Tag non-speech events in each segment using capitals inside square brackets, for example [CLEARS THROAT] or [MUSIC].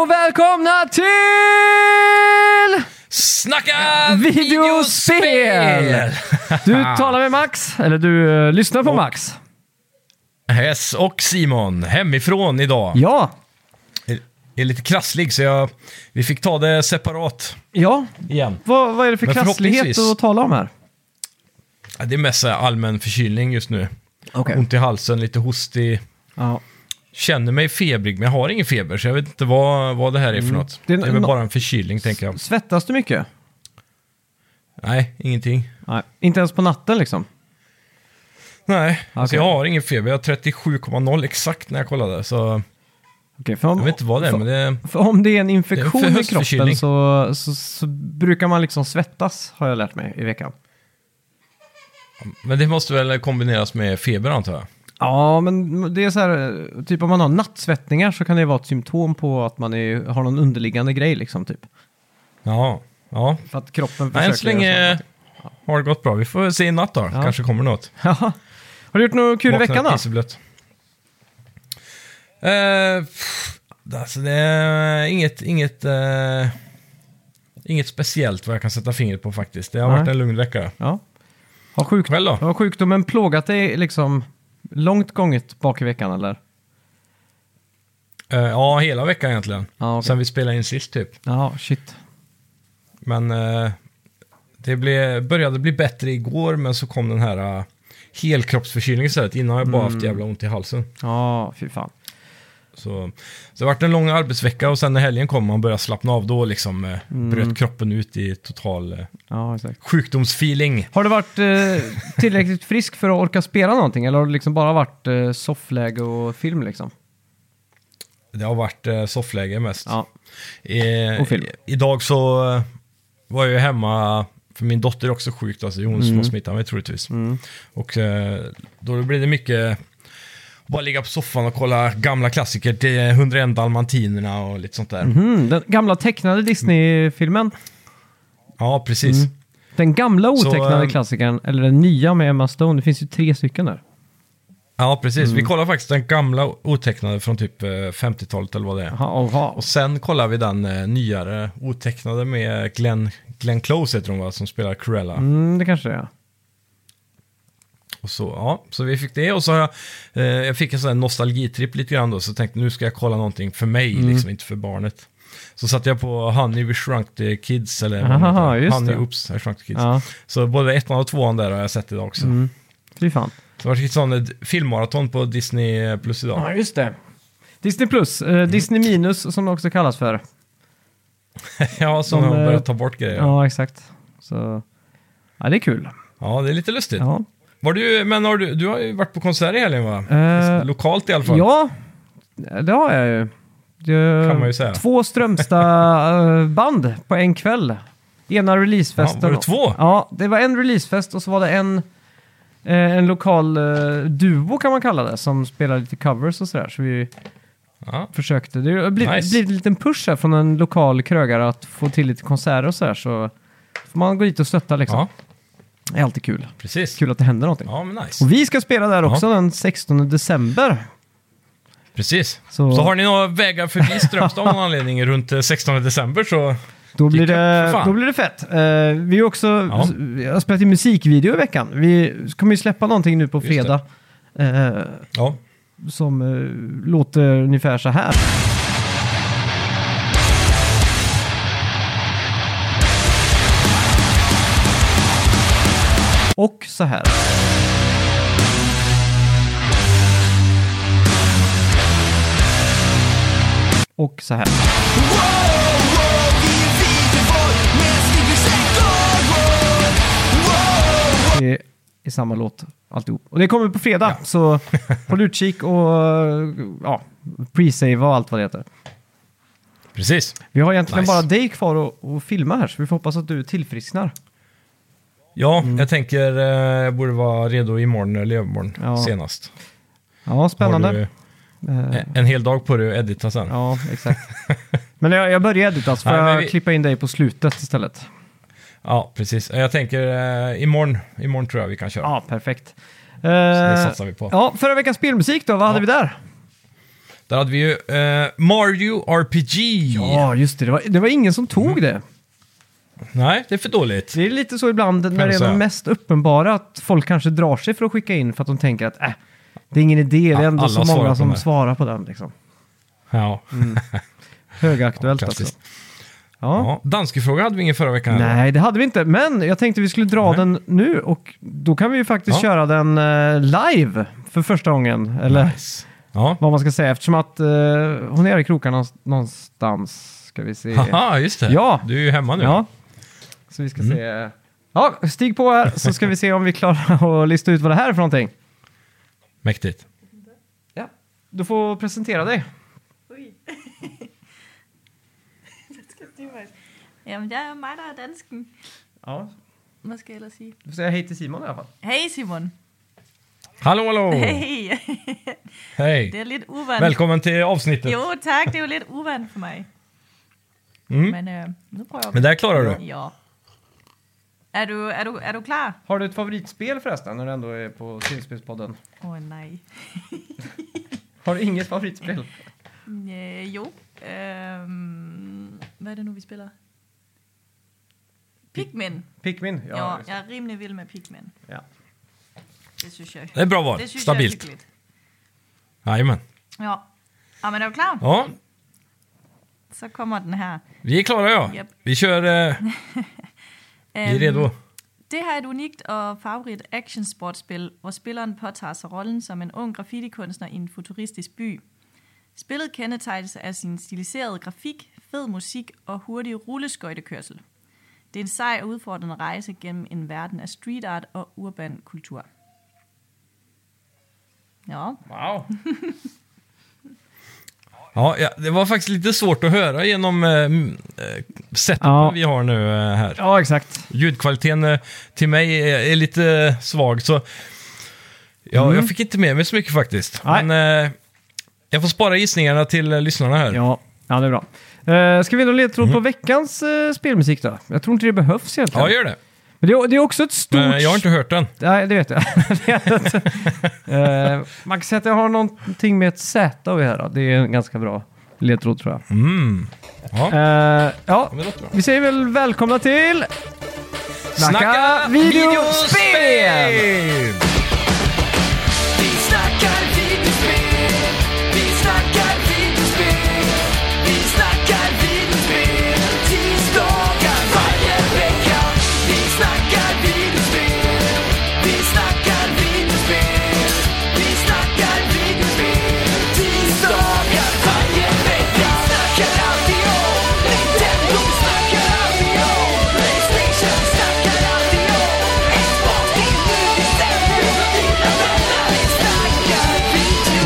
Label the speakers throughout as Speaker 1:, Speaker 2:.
Speaker 1: och välkomna till
Speaker 2: Snacka
Speaker 1: videospel! Du
Speaker 2: [LAUGHS]
Speaker 1: talar med Max, eller du eh, lyssnar på Max.
Speaker 2: Hess och Simon, hemifrån idag.
Speaker 1: Ja,
Speaker 2: Jag är lite krasslig så jag, vi fick ta det separat
Speaker 1: ja.
Speaker 2: igen.
Speaker 1: Vad, vad är det för
Speaker 2: Men
Speaker 1: krasslighet
Speaker 2: förhoppningsvis-
Speaker 1: att tala om här?
Speaker 2: Ja, Det är mest så här allmän förkylning just nu.
Speaker 1: Okej.
Speaker 2: Ont i halsen, lite hostig.
Speaker 1: Ja.
Speaker 2: Känner mig febrig, men jag har ingen feber så jag vet inte vad, vad det här är för något.
Speaker 1: Mm. Det
Speaker 2: Det
Speaker 1: är
Speaker 2: är,
Speaker 1: en-
Speaker 2: väl
Speaker 1: nå-
Speaker 2: bara en förkylning tänker jag.
Speaker 1: Svettas du mycket?
Speaker 2: Nej, ingenting.
Speaker 1: Nej. Inte ens på natten liksom?
Speaker 2: Nej, alltså
Speaker 1: Okej.
Speaker 2: jag har ingen feber. Jag har 37,0 exakt när jag kollade. Så
Speaker 1: Okej, för om,
Speaker 2: jag vet inte vad det är,
Speaker 1: för,
Speaker 2: men det...
Speaker 1: för om det är en infektion
Speaker 2: Det är för
Speaker 1: i kroppen
Speaker 2: höstförkylning.
Speaker 1: så, så, så brukar man liksom svettas, har jag lärt mig i veckan.
Speaker 2: Men det måste väl kombineras med feber antar jag?
Speaker 1: Ja, men det är så här, typ om man har nattsvettningar så kan det vara ett symptom på att man är, har någon underliggande grej liksom typ.
Speaker 2: Ja, ja.
Speaker 1: För att kroppen försöker...
Speaker 2: Nej, än så länge har det gått bra. Vi får se i natt då.
Speaker 1: Ja.
Speaker 2: Kanske kommer något.
Speaker 1: göra sånt. [LAUGHS] Ja. Har du gjort något kul i
Speaker 2: Vaknar
Speaker 1: veckan då?
Speaker 2: Pisseblött. Eh, pff, alltså det är inget, inget, eh, inget speciellt vad jag kan sätta fingret på faktiskt. Det har
Speaker 1: Nej.
Speaker 2: varit en lugn vecka.
Speaker 1: Ja. Har, sjuk...
Speaker 2: Själv då?
Speaker 1: har sjukdomen plågat dig liksom långt gånget bak i veckan eller?
Speaker 2: Eh, ja, hela veckan egentligen.
Speaker 1: Ja, okej.
Speaker 2: Sen vi spelade in sist typ.
Speaker 1: Ja, shit.
Speaker 2: Men eh, det blev, började bli bättre igår, men så kom den här eh, helkroppsförkylningen istället. Innan har jag
Speaker 1: Mm.
Speaker 2: bara haft jävla ont i halsen.
Speaker 1: Ja, fy fan.
Speaker 2: Så, så det har varit en lång arbetsvecka och sen när helgen kom och man började slappna av då liksom eh,
Speaker 1: Mm.
Speaker 2: bröt kroppen ut i total eh,
Speaker 1: Ja, exakt.
Speaker 2: sjukdomsfeeling.
Speaker 1: Har du varit eh, tillräckligt frisk för att orka spela någonting eller har du liksom bara varit eh, soffläge och film liksom?
Speaker 2: Det har varit eh, soffläge mest.
Speaker 1: Ja,
Speaker 2: Eh,
Speaker 1: och film.
Speaker 2: i- idag så eh, var jag ju hemma, för min dotter är också sjuk, alltså det är hon
Speaker 1: Mm.
Speaker 2: som har smittat mig troligtvis. Och eh, då blir det mycket bara ligga på soffan och kolla gamla klassiker, eh, det är 101 dalmantinerna och lite sånt där.
Speaker 1: mm, den gamla tecknade Disney-filmen.
Speaker 2: Ja, precis.
Speaker 1: Mm. Den gamla
Speaker 2: Så,
Speaker 1: otecknade
Speaker 2: ehm,
Speaker 1: klassikern, eller den nya med Emma Stone, det finns ju tre stycken där.
Speaker 2: Ja, precis.
Speaker 1: Mm.
Speaker 2: Vi kollar faktiskt den gamla otecknade från typ eh, 50-talet eller vad det är.
Speaker 1: Jaha, jaha.
Speaker 2: Och sen kollar vi den eh, nyare otecknade med Glenn, Glenn Close heter hon va, som spelar Cruella.
Speaker 1: Mm, det kanske det är.
Speaker 2: Och så, ja, så vi fick det och så har jag, eh, jag fick en sån här nostalgitripp lite grann då, så tänkte nu ska jag kolla någonting för mig,
Speaker 1: Mm.
Speaker 2: liksom inte för barnet. Så satte jag på Honey We Shrunk the Kids, eller vad
Speaker 1: Aha,
Speaker 2: den heter.
Speaker 1: just
Speaker 2: Honey
Speaker 1: det.
Speaker 2: Oops, I Shrunk the Kids.
Speaker 1: Ja, Mm.
Speaker 2: Så både ettan och tvåan där har jag sett idag också.
Speaker 1: fy fan.
Speaker 2: Så det var lite sån eh, filmmaraton på Disney Plus idag.
Speaker 1: just det. Disney Plus, eh,
Speaker 2: Mm.
Speaker 1: Disney Minus som det också kallas för.
Speaker 2: [LAUGHS] ja, så
Speaker 1: De,
Speaker 2: har de
Speaker 1: eh,
Speaker 2: börjat ta bort grejer. Ja.
Speaker 1: Ja, exakt. Så, ja det är kul.
Speaker 2: det är lite lustigt.
Speaker 1: Ja,
Speaker 2: Var du, men har du, du har ju varit på konsert i helgen va?
Speaker 1: Eh,
Speaker 2: Lokalt i alla fall.
Speaker 1: ja det har jag ju. Det,
Speaker 2: Kan man ju säga.
Speaker 1: Två Strömstad-band på en kväll. Ena releasefesten.
Speaker 2: Ja, var det två?
Speaker 1: Ja, det var en releasefest och så var det en, eh, en lokal eh, duo kan man kalla det, som spelade lite covers och sådär. Så vi
Speaker 2: Ja.
Speaker 1: försökte. Det har blivit,
Speaker 2: Nice.
Speaker 1: blivit en liten push här från en lokal krögare att få till lite konserter och sådär. Så får man gå dit och stötta liksom.
Speaker 2: ja,
Speaker 1: Det är alltid kul.
Speaker 2: precis.
Speaker 1: Kul att det händer någonting.
Speaker 2: Ja, men nice.
Speaker 1: Och vi ska spela där också den 16 december.
Speaker 2: Precis.
Speaker 1: Så-
Speaker 2: Så... har ni några vägar förbi Strömstad av någon anledning runt eh, 16 december så...
Speaker 1: Då blir,
Speaker 2: Gick upp, för
Speaker 1: det,
Speaker 2: fan.
Speaker 1: då blir det fett. Eh, vi har också
Speaker 2: Ja.
Speaker 1: jag har spelat in musikvideo i veckan. Vi kommer ju släppa någonting nu på
Speaker 2: Just det.
Speaker 1: fredag. eh,
Speaker 2: Ja.
Speaker 1: som eh, låter ungefär så här. Och så här. Och så här. Det är i samma låt alltihop. Och det kommer på fredag, så håll utkik och eh, ja, pre-save och allt vad det heter.
Speaker 2: Precis.
Speaker 1: Vi har egentligen
Speaker 2: Nice.
Speaker 1: bara dig kvar och, och filma här, så vi får hoppas att du tillfrisknar.
Speaker 2: Ja,
Speaker 1: Mm.
Speaker 2: jag tänker eh, jag borde vara redo imorgon eller övermorgon
Speaker 1: Ja.
Speaker 2: senast.
Speaker 1: Ja, spännande.
Speaker 2: Har du
Speaker 1: Eh,
Speaker 2: eh, en hel dag på dig att edita sen. Ja.
Speaker 1: ja, exakt. [LAUGHS] men jag, jag börjar edita, så får
Speaker 2: Nej, men
Speaker 1: jag
Speaker 2: vi-
Speaker 1: klippa in dig på slutet istället.
Speaker 2: precis. Eh, Jag tänker eh, imorgon, imorgon tror jag vi kan köra.
Speaker 1: Ja, perfekt.
Speaker 2: Så det
Speaker 1: Eh,
Speaker 2: satsar vi på.
Speaker 1: ja, förra veckans spelmusik då, vad hade vi där?
Speaker 2: Där hade vi ju eh, Mario RPG.
Speaker 1: Ja, just det. Det var, det var ingen som
Speaker 2: Mm.
Speaker 1: tog det.
Speaker 2: Nej, det är för dåligt.
Speaker 1: Det är lite så ibland när det är
Speaker 2: säga.
Speaker 1: de mest uppenbara att folk kanske drar sig för att skicka in för att de tänker att äh, det är ingen idé, det är ändå
Speaker 2: alla
Speaker 1: så
Speaker 2: svarar
Speaker 1: många
Speaker 2: på
Speaker 1: som
Speaker 2: den här."
Speaker 1: svarar på den. Liksom.
Speaker 2: Ja,
Speaker 1: Högaktuellt alltså.
Speaker 2: klassiskt.
Speaker 1: Ja.
Speaker 2: Ja, danske fråga hade vi ingen förra veckan.
Speaker 1: Nej, det hade vi inte, men jag tänkte vi skulle dra den nu och då kan vi ju faktiskt
Speaker 2: Ja.
Speaker 1: köra den eh, live för första gången. Eller
Speaker 2: Nice. Ja,
Speaker 1: vad man ska säga, eftersom att eh, hon är i krokarna någonst- någonstans. Ska vi se.
Speaker 2: haha, just det.
Speaker 1: Ja.
Speaker 2: Du är ju hemma nu. Mm.
Speaker 1: Ja. Så vi ska se. Ja, stig på här så ska vi se om vi klarar [LAUGHS] att lista ut vad det här är för någonting.
Speaker 2: Mäktigt.
Speaker 1: Ja. Du får presentera dig.
Speaker 3: Ui. det skal de mig. Jamen, det er mig, der er dansken.
Speaker 1: Ja.
Speaker 3: Hvad skal jeg ellers sige?
Speaker 1: Du får säga hej till Simon i alla fall.
Speaker 3: Hey Simon.
Speaker 2: Hallå,
Speaker 3: [LAUGHS]
Speaker 2: hallå!
Speaker 3: Hey.
Speaker 2: Hej.
Speaker 3: det er lidt uvandt.
Speaker 2: Välkommen till avsnittet.
Speaker 3: Jo tak, det er jo lidt uvandt for mig.
Speaker 2: Mm.
Speaker 3: Men øh, nu prøver jeg.
Speaker 2: Men det här klarar du.
Speaker 3: Ja. Er du, er, du, er du klar?
Speaker 1: Har du ett favoritspel förresten när du ändå är på Filmspelspodden?
Speaker 3: Åh oh, nej.
Speaker 1: Har du inget favoritspel?
Speaker 3: Øh, jo. Øh, hvad er det nu, vi spiller? Pigmen.
Speaker 1: Pikmin?
Speaker 3: Ja,
Speaker 1: Ja.
Speaker 3: jeg er rimelig vild med Pigmen.
Speaker 1: Ja.
Speaker 3: Det synes jeg.
Speaker 2: Det är ett bra val.
Speaker 3: Det synes Stabilt. jeg er
Speaker 2: Stabilt.
Speaker 3: hyggeligt.
Speaker 2: Jajamän.
Speaker 3: Ja. ja, men er du klar?
Speaker 2: Ja,
Speaker 3: Så kommer den her.
Speaker 2: vi är klara ja.
Speaker 3: Japp. Ehm.
Speaker 2: Vi kör... Eh, vi är
Speaker 3: Øhm,
Speaker 2: redo.
Speaker 3: Det her er et unikt og farverigt actionsportspil, hvor spilleren påtager sig rollen som en ung graffitikunstner i en futuristisk by. Spillet kendetegnes af sin stiliserede grafik, fed musik og hurtig rulleskøjtekørsel. Det er en sej og udfordrende rejse gennem en verden af street art og urban kultur. Ja,
Speaker 1: Wow.
Speaker 2: Ja, ja, det var faktiskt lite svårt att höra genom eh, m- eh, setupen
Speaker 1: Ja.
Speaker 2: vi har nu eh, här.
Speaker 1: Ja, exakt.
Speaker 2: Ljudkvaliteten eh, till mig är, är lite eh, svag, så ja, jag fick inte med mig så mycket faktiskt.
Speaker 1: Mm. Nej.
Speaker 2: Men eh, jag får spara gissningarna till eh, lyssnarna här.
Speaker 1: Ja, ja det är bra. Eh, ska vi då ledtråd på veckans eh, spelmusik då? Jag tror inte det behövs egentligen.
Speaker 2: Mhm. Ja, gör det.
Speaker 1: Men det, är- det är också ett stort...
Speaker 2: Men jag har inte hört den.
Speaker 1: Nej, det vet jag. [LAUGHS] Det är det. Eh, man kan säga att jag har någonting med ett Z att göra. Det är en ganska bra ledtråd tror jag.
Speaker 2: Mm. Ja,
Speaker 1: Eh, ja,
Speaker 2: men det låter bra.
Speaker 1: vi säger väl välkomna till... Snacka videospel!
Speaker 4: Vi snackar videospel, vi snackar videospel, vi snackar videospel tisdagar varje vecka. Vi snackar videospel, vi snackar videospel, vi snackar videospel tisdagar varje vecka. Snackar alltid om Nintendo, snackar alltid om Playstation, snackar alltid om Xbox, nu december, dina vänner. Vi snackar video.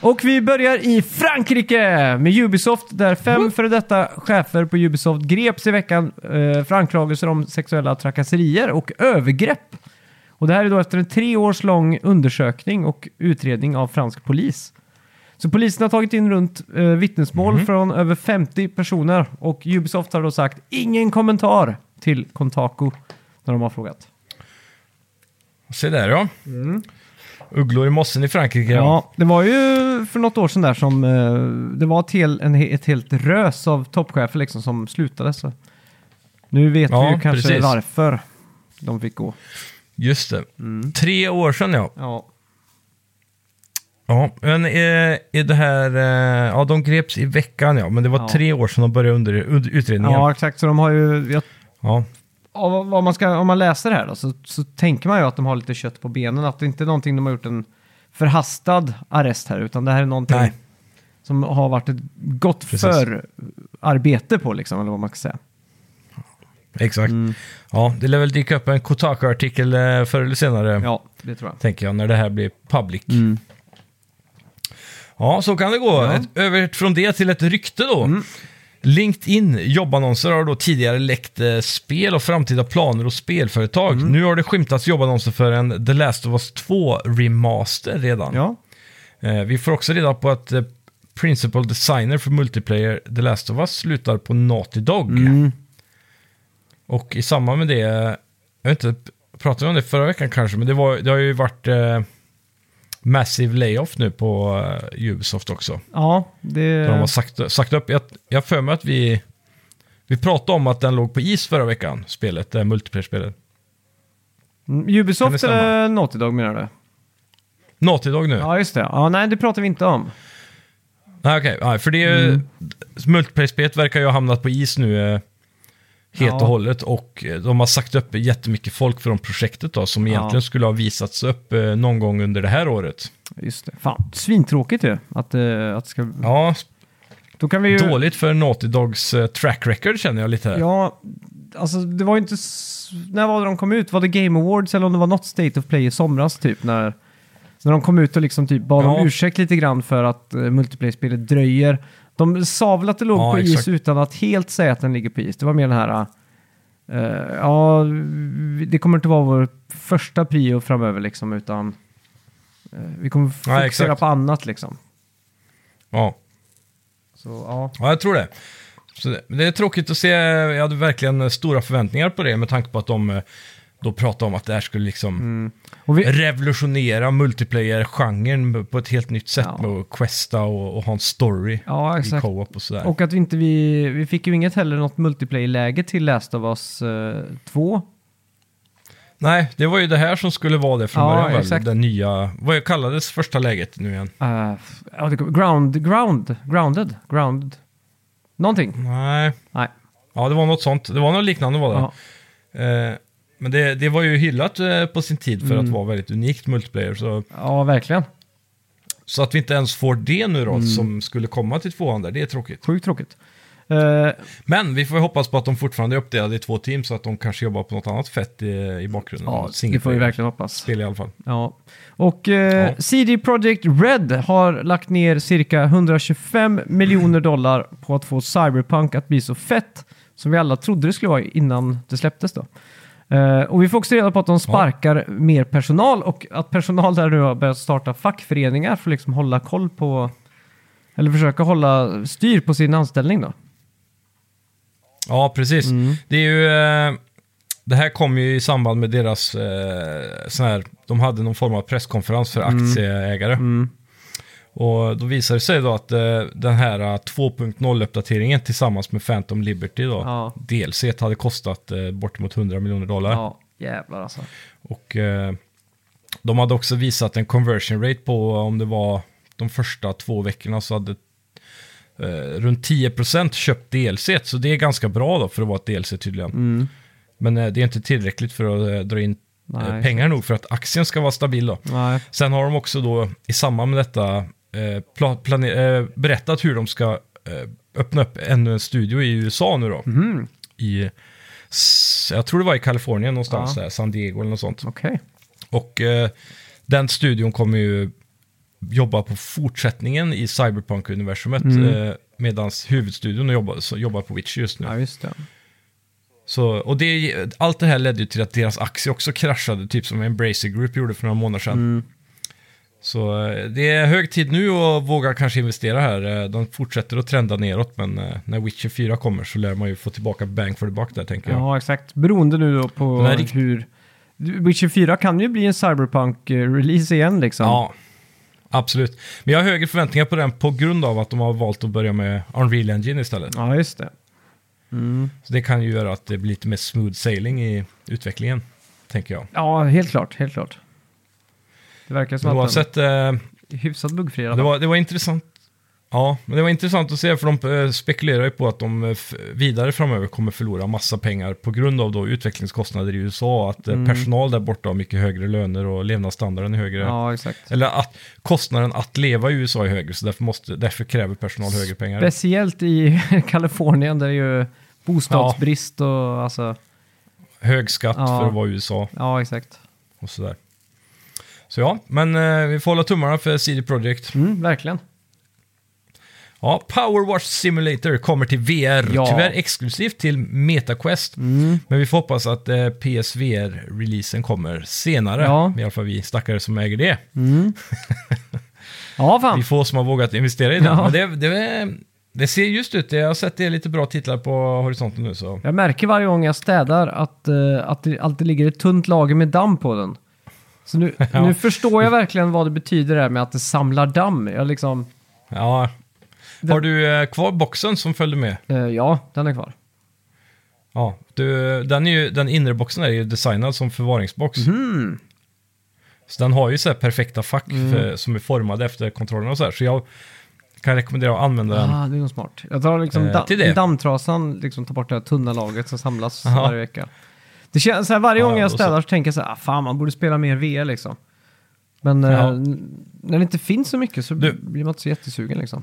Speaker 1: Och vi börjar i Frankrike med Ubisoft där fem före detta chefer på Ubisoft greps i veckan eh, för anklagelser om sexuella trakasserier och övergrepp. Och det här är då efter en tre års lång undersökning och utredning av fransk polis. Så polisen har tagit in runt eh, vittnesmål från över 50 personer och Ubisoft har då sagt ingen kommentar till Kontaku när de har frågat.
Speaker 2: Se där ja. Ugglor i mossen i Frankrike. Ja.
Speaker 1: Mm. Ja, det var ju för något år sedan där som eh, det var ett, hel, en, he- ett helt rös av toppchefer liksom som slutade. Så. Nu vet
Speaker 2: Ja,
Speaker 1: vi ju kanske
Speaker 2: precis.
Speaker 1: varför de fick gå.
Speaker 2: Just det.
Speaker 1: Mm.
Speaker 2: Tre år sedan ja.
Speaker 1: Ja.
Speaker 2: Ja, men eh, är det här... eh, Ja, de greps i veckan ja, men det var
Speaker 1: Ja.
Speaker 2: tre år sedan de började under, under utredningen.
Speaker 1: ja,
Speaker 2: Ja.
Speaker 1: exakt. Så de har ju... Jag, av vad- vad man ska, om man läser det här då, så, så tänker man ju att de har lite kött på benen. Att det inte är någonting de har gjort en förhastad arrest här, utan det här är någonting
Speaker 2: Nej.
Speaker 1: som har varit ett gott
Speaker 2: Precis.
Speaker 1: förarbete på, liksom, eller vad man ska säga.
Speaker 2: exakt.
Speaker 1: Mm.
Speaker 2: Ja, det lär väl dyka upp en Kotaku-artikel eh, förr eller senare,
Speaker 1: Ja, det tror jag.
Speaker 2: tänker jag, när det här blir public. Ja, så kan det gå. Ett, över från det till ett rykte då. LinkedIn jobbannonser har då tidigare läckt eh, spel och framtida planer och spelföretag. Nu har det skymtats jobbannonser för en The Last of Us 2-remaster redan.
Speaker 1: Ja,
Speaker 2: Eh, vi får också reda på att eh, Principal Designer för Multiplayer The Last of Us slutar på Naughty Dog. Och i samband med det, jag vet inte, pratade vi om det förra veckan kanske, men det, var, det har ju varit eh, massive layoff nu på eh, Ubisoft också.
Speaker 1: Ja, det...
Speaker 2: Där de har sagt, sagt upp. Jag jag har för mig att vi, vi pratade om att den låg på is förra veckan, spelet, det här multiplayer-spelet.
Speaker 1: Mm,
Speaker 2: Kan det
Speaker 1: Ubisoft
Speaker 2: stämma?
Speaker 1: eller Naughty Dog menar du?
Speaker 2: Naughty Dog nu?
Speaker 1: Ja, just det. Ja, nej, det pratar vi inte om.
Speaker 2: Nej, okej. Nej, för det är
Speaker 1: Mm.
Speaker 2: ju... Multiplayer-spelet verkar ju ha hamnat på is nu eh, helt
Speaker 1: Ja.
Speaker 2: och hållet. Och eh, de har sagt upp jättemycket folk från projektet då, som egentligen skulle ha visats upp eh, någon gång under det här året.
Speaker 1: Just det. Fan, svintråkigt ju. Att, eh, att det ska...
Speaker 2: Ja,
Speaker 1: Då kan vi ju...
Speaker 2: dåligt för Naughty Dogs eh, track record känner jag lite här.
Speaker 1: Ja, alltså det var ju inte... s- När var det de kom ut? Var det Game Awards eller om det var något State of Play i somras typ? När, när de kom ut och liksom typ bad
Speaker 2: Ja.
Speaker 1: om ursäkt lite grann för att uh, multiplayer-spelet dröjer. De sa väl att det låg
Speaker 2: Ja,
Speaker 1: på
Speaker 2: exakt.
Speaker 1: is utan att helt säga att den ligger på is. Det var mer den här... eh, ja, vi- det kommer inte vara vår första prio framöver liksom, utan eh, vi kommer
Speaker 2: Nej,
Speaker 1: fokusera
Speaker 2: exakt.
Speaker 1: på annat liksom.
Speaker 2: Ja.
Speaker 1: Så ja,
Speaker 2: ja, jag tror det. Så det, det är tråkigt att se. eh, Jag hade verkligen eh, stora förväntningar på det med tanke på att de eh, då pratade om att det här skulle liksom...
Speaker 1: Mm. och vi,
Speaker 2: revolutionera multiplayer-genren på ett helt nytt sätt
Speaker 1: Ja.
Speaker 2: med att questa och, och ha en story
Speaker 1: ja,
Speaker 2: i
Speaker 1: exakt.
Speaker 2: co-op och sådär.
Speaker 1: Och att vi inte vi, vi fick ju inget heller något multiplayer-läge till Last of Us eh, 2.
Speaker 2: Nej, det var ju det här som skulle vara det från
Speaker 1: Ja,
Speaker 2: början väl?
Speaker 1: exakt.
Speaker 2: Den nya, vad kallades första läget nu igen?
Speaker 1: Eh, ground, ground, grounded, ground. Någonting.
Speaker 2: Nej,
Speaker 1: Nej.
Speaker 2: ja det var något sånt. Det var något liknande var det.
Speaker 1: Ja.
Speaker 2: Eh, men det, det var ju hyllat eh, på sin tid för
Speaker 1: Mm.
Speaker 2: att vara väldigt unikt multiplayer. Så,
Speaker 1: ja, verkligen.
Speaker 2: så att vi inte ens får det nu då,
Speaker 1: Mm.
Speaker 2: som skulle komma till tvåan där, det är tråkigt.
Speaker 1: Sjukt tråkigt. Eh,
Speaker 2: Men vi får ju hoppas på att de fortfarande är uppdelade i två team så att de kanske jobbar på något annat fett i, i bakgrunden.
Speaker 1: ja,
Speaker 2: Något
Speaker 1: det får vi
Speaker 2: singleplayer.
Speaker 1: verkligen hoppas.
Speaker 2: spel i alla fall.
Speaker 1: Ja. Och eh,
Speaker 2: Ja.
Speaker 1: CD Projekt Red har lagt ner cirka 125 miljoner dollar på att få Cyberpunk att bli så fett som vi alla trodde det skulle vara innan det släpptes. Då. Eh, och vi får också reda på att de sparkar mer personal och att personal där nu har börjat starta fackföreningar för att liksom hålla koll på eller försöka hålla styr på sin anställning då.
Speaker 2: Ja, precis.
Speaker 1: Mm.
Speaker 2: Det är ju... eh, Det här kom ju i samband med deras... eh, Sån här, de hade någon form av presskonferens för
Speaker 1: Mm.
Speaker 2: aktieägare. Och då visade det sig då att eh, den här eh, 2.0-uppdateringen tillsammans med Phantom Liberty då,
Speaker 1: Ja.
Speaker 2: DLC t hade kostat eh, bortemot 100 miljoner dollar.
Speaker 1: Ja, jävlar alltså.
Speaker 2: Och eh, de hade också visat en conversion rate på om det var de första två veckorna så hade eh, runt 10% köpt DLC. Så det är ganska bra då för att vara ett DLC tydligen. Men eh, det är inte tillräckligt för att eh, dra in eh,
Speaker 1: Mm. Nej.
Speaker 2: pengar nog för att aktien ska vara stabil då.
Speaker 1: Nej.
Speaker 2: Sen har de också då i samband med detta eh, pla- plane- eh, berättat hur de ska eh, öppna upp ännu en studio i USA nu då.
Speaker 1: Mhm.
Speaker 2: I, s- jag tror det var i Kalifornien någonstans,
Speaker 1: Ja.
Speaker 2: där, San Diego eller något sånt.
Speaker 1: Okej.
Speaker 2: Och eh, den studion kommer ju jobba på fortsättningen i Cyberpunk-universumet. Eh, Medan huvudstudion jobbar, så jobbar på Witch just nu.
Speaker 1: Ja, just det.
Speaker 2: Så, och det, allt det här ledde ju till att deras aktie också kraschade, typ som Embracer Group gjorde för några månader sedan. Så eh, det är hög tid nu att våga kanske investera här. Eh, De fortsätter att trenda neråt, men eh, när Witcher 4 kommer så lär man ju få tillbaka bang for the buck där, tänker jag.
Speaker 1: Ja, exakt. Beroende nu då på
Speaker 2: Den här rikt-
Speaker 1: hur... Witcher 4 kan ju bli en Cyberpunk-release igen liksom.
Speaker 2: Ja, absolut. Men jag har högre förväntningar på den på grund av att de har valt att börja med Unreal Engine istället.
Speaker 1: Ja, just det.
Speaker 2: Så det kan ju göra att det blir lite mer smooth sailing i utvecklingen, tänker jag.
Speaker 1: Ja, helt klart. Helt klart. Det verkar som
Speaker 2: Men
Speaker 1: att
Speaker 2: Oavsett, eh,
Speaker 1: den är hyfsat buggfri i alla
Speaker 2: det
Speaker 1: fall.
Speaker 2: var, det var intressant. Ja, men det var intressant att se, för de eh, spekulerar ju på att de eh, f- vidare framöver kommer förlora massa pengar på grund av då utvecklingskostnader i USA, att eh,
Speaker 1: Mm.
Speaker 2: personal där borta har mycket högre löner och levnadsstandarden är högre.
Speaker 1: Ja, exakt.
Speaker 2: Eller att kostnaden att leva i USA är högre, så därför, måste, därför kräver personal högre pengar.
Speaker 1: Speciellt i [LAUGHS] Kalifornien där det är ju bostadsbrist och alltså...
Speaker 2: hög skatt
Speaker 1: Ja.
Speaker 2: för att vara USA
Speaker 1: Ja, exakt.
Speaker 2: och sådär. Så ja, men eh, vi får hålla tummarna för CD Projekt.
Speaker 1: Mm, verkligen.
Speaker 2: Ja, Power Wash Simulator kommer till VR,
Speaker 1: Ja. Mm.
Speaker 2: tyvärr exklusivt till MetaQuest. Men vi får hoppas att eh, PSVR-releasen kommer senare.
Speaker 1: Ja.
Speaker 2: I alla fall vi stackare som äger det.
Speaker 1: Ja,
Speaker 2: Vi
Speaker 1: fan.
Speaker 2: få som har vågat investera i den.
Speaker 1: Ja.
Speaker 2: Men det, det, är- Det ser just ut, jag har sett det är lite bra titlar på horisonten nu så.
Speaker 1: Jag märker varje gång jag städar att, eh, att det alltid ligger ett tunt lager med damm på den. Så
Speaker 2: [LAUGHS]
Speaker 1: nu, nu förstår jag verkligen vad det betyder det här med att det samlar damm. Jag liksom,
Speaker 2: Ja. Har du eh, kvar boxen som följde med?
Speaker 1: eh, ja, den är kvar.
Speaker 2: Ja. Du, den, är ju, den inre boxen är ju designad som förvaringsbox.
Speaker 1: Mhm.
Speaker 2: Så den har ju så här perfekta fack
Speaker 1: Mm.
Speaker 2: för, som är formade efter kontrollerna och så här. Så jag kan rekommendera att använda den.
Speaker 1: Ah, det är nog smart. Jag tar liksom
Speaker 2: Eh,
Speaker 1: da-
Speaker 2: till det.
Speaker 1: dammtrasan, liksom tar bort det här tunna lagret som samlas
Speaker 2: Jaha.
Speaker 1: varje vecka. Det känns så här, varje
Speaker 2: Ja,
Speaker 1: gång jag
Speaker 2: och så-
Speaker 1: städar så tänker jag så här, ah, fan man borde spela mer VR liksom. Men
Speaker 2: Ja.
Speaker 1: eh, n- när det inte finns så mycket så
Speaker 2: Du-
Speaker 1: blir man inte så jättesugen liksom.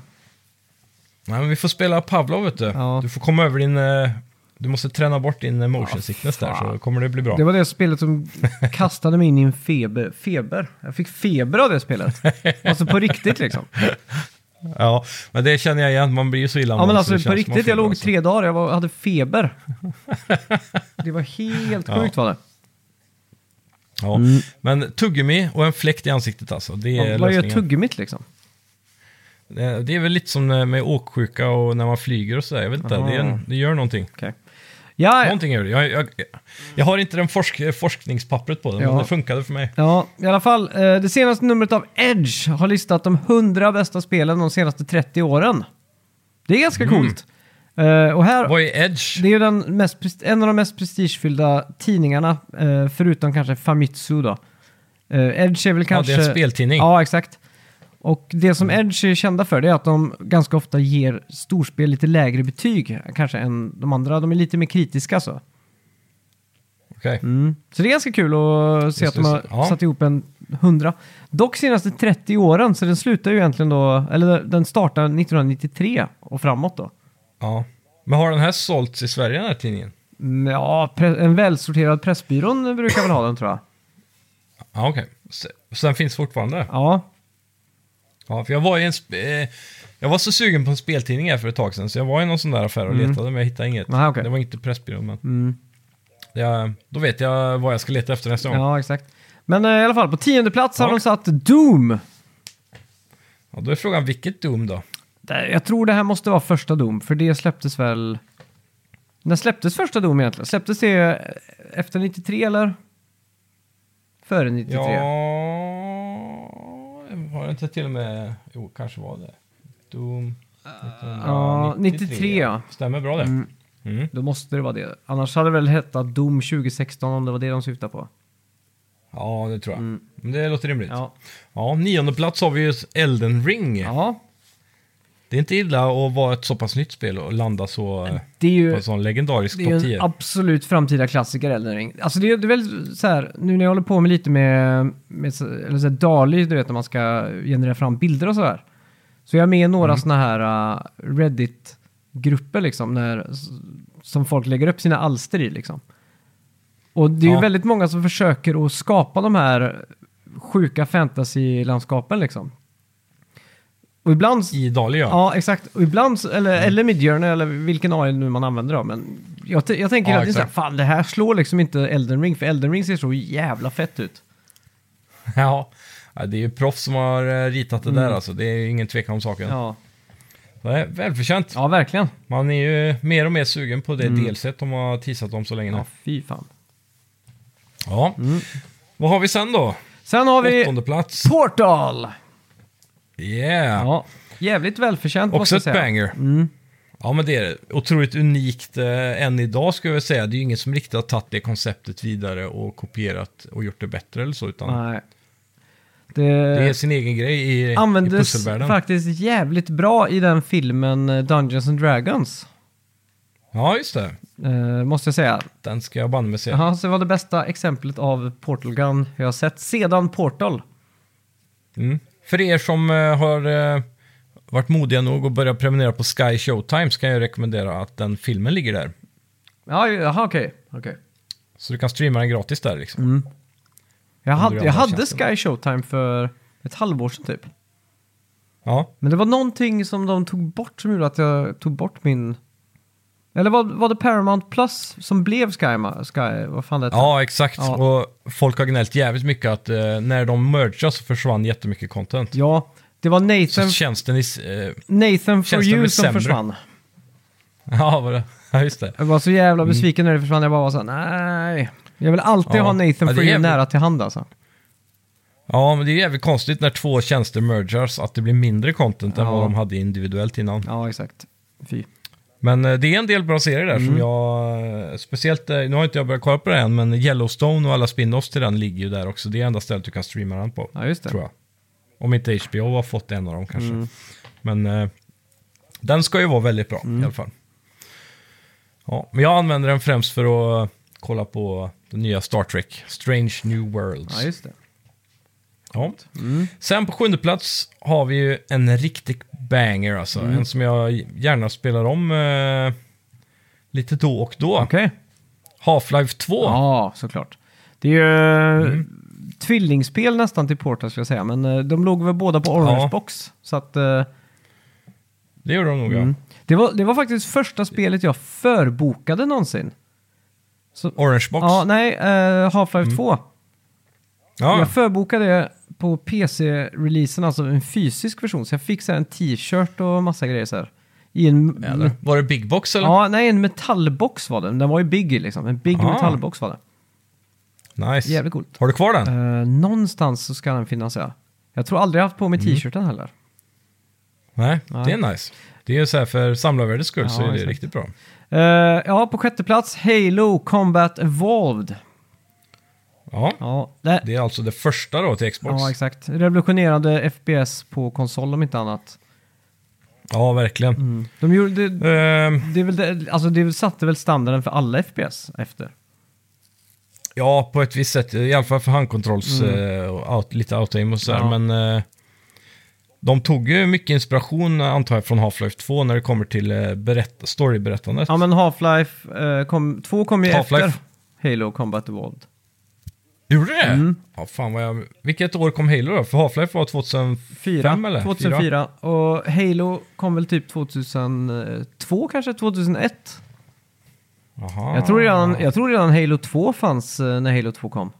Speaker 2: Nej, men vi får spela Pavlov vet du.
Speaker 1: Ja.
Speaker 2: Du får komma över din... eh, Du måste träna bort din eh, motion
Speaker 1: Ja,
Speaker 2: sickness där
Speaker 1: Ah, fan.
Speaker 2: så kommer det bli bra.
Speaker 1: Det var det spelet
Speaker 2: [LAUGHS]
Speaker 1: som kastade mig in i en feber. feber. Jag fick feber av det spelet. Alltså på riktigt
Speaker 2: [LAUGHS]
Speaker 1: liksom.
Speaker 2: Ja, men det känner jag igen. Man blir ju så illa
Speaker 1: Ja men
Speaker 2: man, så
Speaker 1: alltså
Speaker 2: det
Speaker 1: på
Speaker 2: känns som man
Speaker 1: riktigt, jag
Speaker 2: feber
Speaker 1: låg
Speaker 2: alltså.
Speaker 1: tre dagar, jag var, hade
Speaker 2: [LAUGHS]
Speaker 1: feber. Det var helt
Speaker 2: Ja.
Speaker 1: sjukt var det.
Speaker 2: Ja. Men tuggummi och en fläkt i ansiktet alltså. Det är
Speaker 1: Mm. Ja, Vad gör
Speaker 2: lösningen.
Speaker 1: tuggummit liksom?
Speaker 2: Eh, Det är väl lite som eh, med åksjuka och när man flyger och sådär. Jag vet inte,
Speaker 1: Aha.
Speaker 2: det, är en, det gör någonting.
Speaker 1: Okej. Ja,
Speaker 2: Någonting gör det. Jag, jag, jag har inte den forsk, forskningspappret på den,
Speaker 1: Ja.
Speaker 2: men det funkade för mig.
Speaker 1: ja, i alla fall. eh, Det senaste numret av Edge har listat de 100 bästa spelen de senaste 30 åren. Det är ganska
Speaker 2: Mm.
Speaker 1: coolt. Eh, Och här,
Speaker 2: Vad är Edge?
Speaker 1: det är ju den mest, pres- en av de mest prestigefyllda tidningarna, eh, förutom kanske Famitsu då. Eh, Edge är väl kanske...
Speaker 2: Ja, det är en speltidning. Mm.
Speaker 1: Ja, exakt. Och det som Edge är kända för det är att de ganska ofta ger storspel lite lägre betyg kanske än de andra. De är lite mer kritiska så.
Speaker 2: Okej.
Speaker 1: Så det är ganska kul att se
Speaker 2: Mm. Just
Speaker 1: att de
Speaker 2: det,
Speaker 1: har
Speaker 2: så- ja.
Speaker 1: satt ihop en 100. Dock senaste 30 åren, så den slutar ju egentligen då, eller den startar 1993 och framåt då.
Speaker 2: Ja. Men har den här sålts i Sverige, den här tidningen?
Speaker 1: Mm, Ja, pre- en välsorterad Pressbyrån brukar väl ha den tror jag.
Speaker 2: Ja, okej. Så, så den finns fortfarande?
Speaker 1: Ja,
Speaker 2: Ja, för jag var i en... sp- Eh, jag var så sugen på en speltidning här för ett tag sedan, så jag var i någon sån där affär och letade, men jag hittade inget.
Speaker 1: Mm. Aha, okej. Mm.
Speaker 2: Det var inte Pressbyrån, men... Ja, då vet jag vad jag ska leta efter nästa gång. Ja.
Speaker 1: ja exakt. Men eh, i alla fall, på tionde plats har
Speaker 2: Ja.
Speaker 1: de satt Doom.
Speaker 2: då är frågan, vilket Doom då?
Speaker 1: Det- Jag tror det här måste vara första Doom, för det släpptes väl... När släpptes första Doom egentligen? Släpptes det eh, efter 93 eller? Före 93?
Speaker 2: Ja... Var det inte till och med... Jo, kanske var det. Doom...
Speaker 1: 93, ja.
Speaker 2: Stämmer bra det. Mm.
Speaker 1: Då måste det vara det. Annars hade det väl hetat Doom 2016 om det var det de syftade på.
Speaker 2: Ja, det tror jag. Men det låter rimligt. Ja.
Speaker 1: Mm. Ja.
Speaker 2: nionde plats har vi ju Elden Ring.
Speaker 1: ja.
Speaker 2: Det är inte illa att vara ett så pass nytt spel och landa så... eh,
Speaker 1: Det är
Speaker 2: På
Speaker 1: ju,
Speaker 2: en sån legendarisk
Speaker 1: det är
Speaker 2: topp
Speaker 1: ju
Speaker 2: 10.
Speaker 1: en absolut framtida klassiker, Elden Ring. Alltså det är, det är väl så här, nu när jag håller på med lite med, med så- eller så här DALI, du vet när man ska generera fram bilder och så här. Så jag är med i
Speaker 2: Mm.
Speaker 1: några såna här uh, Reddit-grupper liksom, när, s- som folk lägger upp sina alster i liksom. Och det är ju
Speaker 2: Ja.
Speaker 1: väldigt många som försöker att skapa de här sjuka fantasy-landskapen liksom. Och ibland...
Speaker 2: I Dali ja. Mm.
Speaker 1: Ja, exakt. Och ibland, så- eller, eller Midjourney, eller vilken AI nu man använder då. Men jag, t- jag tänker
Speaker 2: Ja,
Speaker 1: att det är så här,
Speaker 2: exakt.
Speaker 1: fan det här slår liksom inte Elden Ring, för Elden Ring ser så jävla fett ut.
Speaker 2: [LAUGHS] ja. Ja, Det är ju proffs som har eh, ritat det där alltså. Det är ju ingen tvekan om saken.
Speaker 1: Mm. Ja,
Speaker 2: Det är välförtjänt.
Speaker 1: ja Mm. verkligen.
Speaker 2: Man är ju mer och mer sugen på det delset de har teasat om så länge nu.
Speaker 1: Ja, fy fan.
Speaker 2: Ja. Vad har vi sen då?
Speaker 1: Sen Mm. har vi
Speaker 2: Åttonde plats.
Speaker 1: Portal!
Speaker 2: Yeah.
Speaker 1: Ja, jävligt välförtjänt måste
Speaker 2: Också
Speaker 1: jag
Speaker 2: ett
Speaker 1: säga.
Speaker 2: banger.
Speaker 1: Mm.
Speaker 2: Ja men det är det. Otroligt unikt eh, än idag skulle jag vilja säga. Det är ju ingen som riktigt har tagit det konceptet vidare och kopierat och gjort det bättre eller så. Utan
Speaker 1: Nej. Det,
Speaker 2: det är sin egen grej i, i
Speaker 1: användes
Speaker 2: pusselvärlden.
Speaker 1: faktiskt jävligt bra i den filmen eh, Dungeons and Dragons.
Speaker 2: Ja just det.
Speaker 1: eh, måste jag säga.
Speaker 2: Den ska jag banne mig se.
Speaker 1: Ja, så det var det bästa exemplet av Portal Gun jag har sett sedan Portal.
Speaker 2: Mm. För er som eh, har eh, varit modiga nog och börjat prenumerera på Sky Showtime så kan jag rekommendera att den filmen ligger där.
Speaker 1: Ja, jaha, okej. okej.
Speaker 2: Så du kan streama den gratis där liksom.
Speaker 1: Mm. Jag, hade,
Speaker 2: andra
Speaker 1: jag hade
Speaker 2: tjänsten.
Speaker 1: Sky Showtime för ett halvår sedan typ.
Speaker 2: Ja.
Speaker 1: Men det var någonting som de tog bort som gjorde att jag tog bort min... Eller var, var det Paramount Plus som blev Sky? Sky vad fan det heter?
Speaker 2: ja, exakt.
Speaker 1: Ja.
Speaker 2: Och folk har gnällt jävligt mycket att eh, när de mergade så försvann jättemycket content.
Speaker 1: ja, Det var
Speaker 2: Så
Speaker 1: Nathan,
Speaker 2: tjänsten i... s- Eh, [LAUGHS]
Speaker 1: Nathan for
Speaker 2: känns de
Speaker 1: you
Speaker 2: väl
Speaker 1: som
Speaker 2: sämre?
Speaker 1: försvann.
Speaker 2: ja, vad det? Ja, just det.
Speaker 1: Jag var så jävla besviken när det försvann. Jag bara var så här, nej. Jag vill alltid
Speaker 2: Mm. Ja.
Speaker 1: ha
Speaker 2: Ja, det
Speaker 1: Nathan
Speaker 2: är
Speaker 1: for you
Speaker 2: jävligt.
Speaker 1: nära till hand alltså.
Speaker 2: Ja, men det är jävligt konstigt när två tjänster mergers att det blir mindre content än
Speaker 1: Ja.
Speaker 2: vad de hade individuellt innan.
Speaker 1: Ja, exakt. Fy.
Speaker 2: Men eh, det är en del bra serier där som jag... eh, Speciellt, eh, nu har inte jag börjat kolla på det än, men Yellowstone och alla spin-offs till den ligger ju där också. Det är enda stället du kan streama den på,
Speaker 1: Ja, just det.
Speaker 2: tror jag. Om inte HBO har fått en av dem kanske.
Speaker 1: Mm.
Speaker 2: Men eh, den ska ju vara väldigt bra
Speaker 1: Mm.
Speaker 2: i alla fall. Ja, men jag använder den främst för att eh, kolla på den nya Star Trek, Strange New Worlds.
Speaker 1: Ja, just Mm. det.
Speaker 2: Ja. Sen på sjunde plats har vi ju en riktig banger alltså.
Speaker 1: Mm.
Speaker 2: En som jag gärna spelar om eh, lite då och då.
Speaker 1: Okej.
Speaker 2: Half-Life 2.
Speaker 1: Ja, såklart. Det är ju
Speaker 2: Mm.
Speaker 1: tvillingspel nästan till Portal skulle jag säga, men eh, de låg väl båda på Orange
Speaker 2: Ja.
Speaker 1: Box. Så att, eh,
Speaker 2: Det gör de nog ja.
Speaker 1: mm. det, var, det var faktiskt första spelet jag förbokade någonsin. Så,
Speaker 2: Orange Box. Mm.
Speaker 1: ja, nej, eh, Half-Life 2.
Speaker 2: Ja.
Speaker 1: Jag förbokade det på PC-releasen, alltså en fysisk version, så jag fick så här en t-shirt och massa grejer så här. I en,
Speaker 2: Eller? Var det Big Box eller?
Speaker 1: ja, nej, en metallbox var den. Den var ju big liksom, en big
Speaker 2: Ah.
Speaker 1: metallbox var det.
Speaker 2: Nice.
Speaker 1: Jävligt coolt.
Speaker 2: Har du kvar den?
Speaker 1: Eh, någonstans så ska den finnas, ja. Jag tror aldrig jag haft på mig
Speaker 2: Mm.
Speaker 1: t-shirten heller.
Speaker 2: Nej,
Speaker 1: nej.
Speaker 2: det är nice. Det är ju så här för samlarvärdets skull så
Speaker 1: Ja,
Speaker 2: är det
Speaker 1: exakt.
Speaker 2: riktigt bra.
Speaker 1: Eh, ja, på sjätte plats, Halo Combat Evolved.
Speaker 2: Ja.
Speaker 1: Ja, det,
Speaker 2: Det är alltså det första då till Xbox.
Speaker 1: ja
Speaker 2: Ja,
Speaker 1: exakt. Revolutionerade FPS på konsol om inte annat.
Speaker 2: verkligen.
Speaker 1: De gjorde, det,
Speaker 2: Ehm,
Speaker 1: det, är väl det, alltså det satte väl standarden för alla FPS efter.
Speaker 2: Ja, på ett visst sätt. I alla fall för handkontrolls eh, och out, lite out-aim och sådär.
Speaker 1: Mm. Ja.
Speaker 2: Men eh, de tog ju mycket inspiration, eh, antar jag, från Half-Life 2 när det kommer till eh, berätt- storyberättandet.
Speaker 1: Ja, men Half-Life eh, kom, 2 kom ju
Speaker 2: Half-Life.
Speaker 1: efter Halo Combat Evolved.
Speaker 2: Gjorde det?
Speaker 1: Mm.
Speaker 2: Ja, fan vad jag... Vilket år kom Halo då? För Half-Life var 2005
Speaker 1: Fyra,
Speaker 2: eller?
Speaker 1: 2004.
Speaker 2: Fyra?
Speaker 1: Och Halo kom väl typ 2002 kanske, 2001?
Speaker 2: Aha.
Speaker 1: Jag, tror redan, jag tror redan Halo 2 fanns eh, när Halo 2 kom.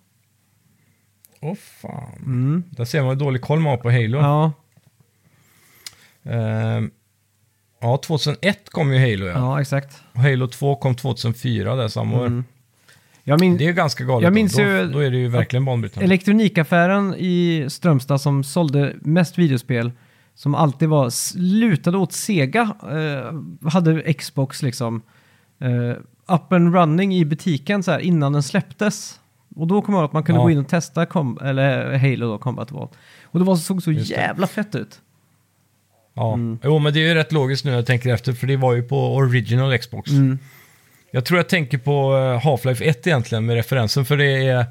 Speaker 2: Åh fan. Där ser man hur dålig koll man har på Halo. Ja.
Speaker 1: Ja,
Speaker 2: Ehm, ja, 2001 kom ju Halo ja.
Speaker 1: ja exakt.
Speaker 2: Och Halo 2 kom 2004 där samma år.
Speaker 1: Jag
Speaker 2: Det
Speaker 1: minns
Speaker 2: är ju ganska galet.
Speaker 1: Jag
Speaker 2: då.
Speaker 1: minns
Speaker 2: då,
Speaker 1: ju-
Speaker 2: då är det ju verkligen banbrytande.
Speaker 1: elektronikaffären i Strömstad som sålde mest videospel som alltid var s- lutade åt Sega, eh, hade Xbox liksom eh, up and running i butiken så här innan den släpptes. Och då kom jag ihåg att man kunde
Speaker 2: Ja.
Speaker 1: gå in och testa kom, eller eh, Halo då, Combat Evolved. Och det var, såg så
Speaker 2: Just det.
Speaker 1: jävla fett ut.
Speaker 2: Ja,
Speaker 1: Mm.
Speaker 2: jo men det är ju rätt logiskt nu när jag tänker efter, för det var ju på original Xbox.
Speaker 1: Mm.
Speaker 2: Jag tror jag tänker på eh, Half-Life 1 egentligen med referensen, för det är... eh,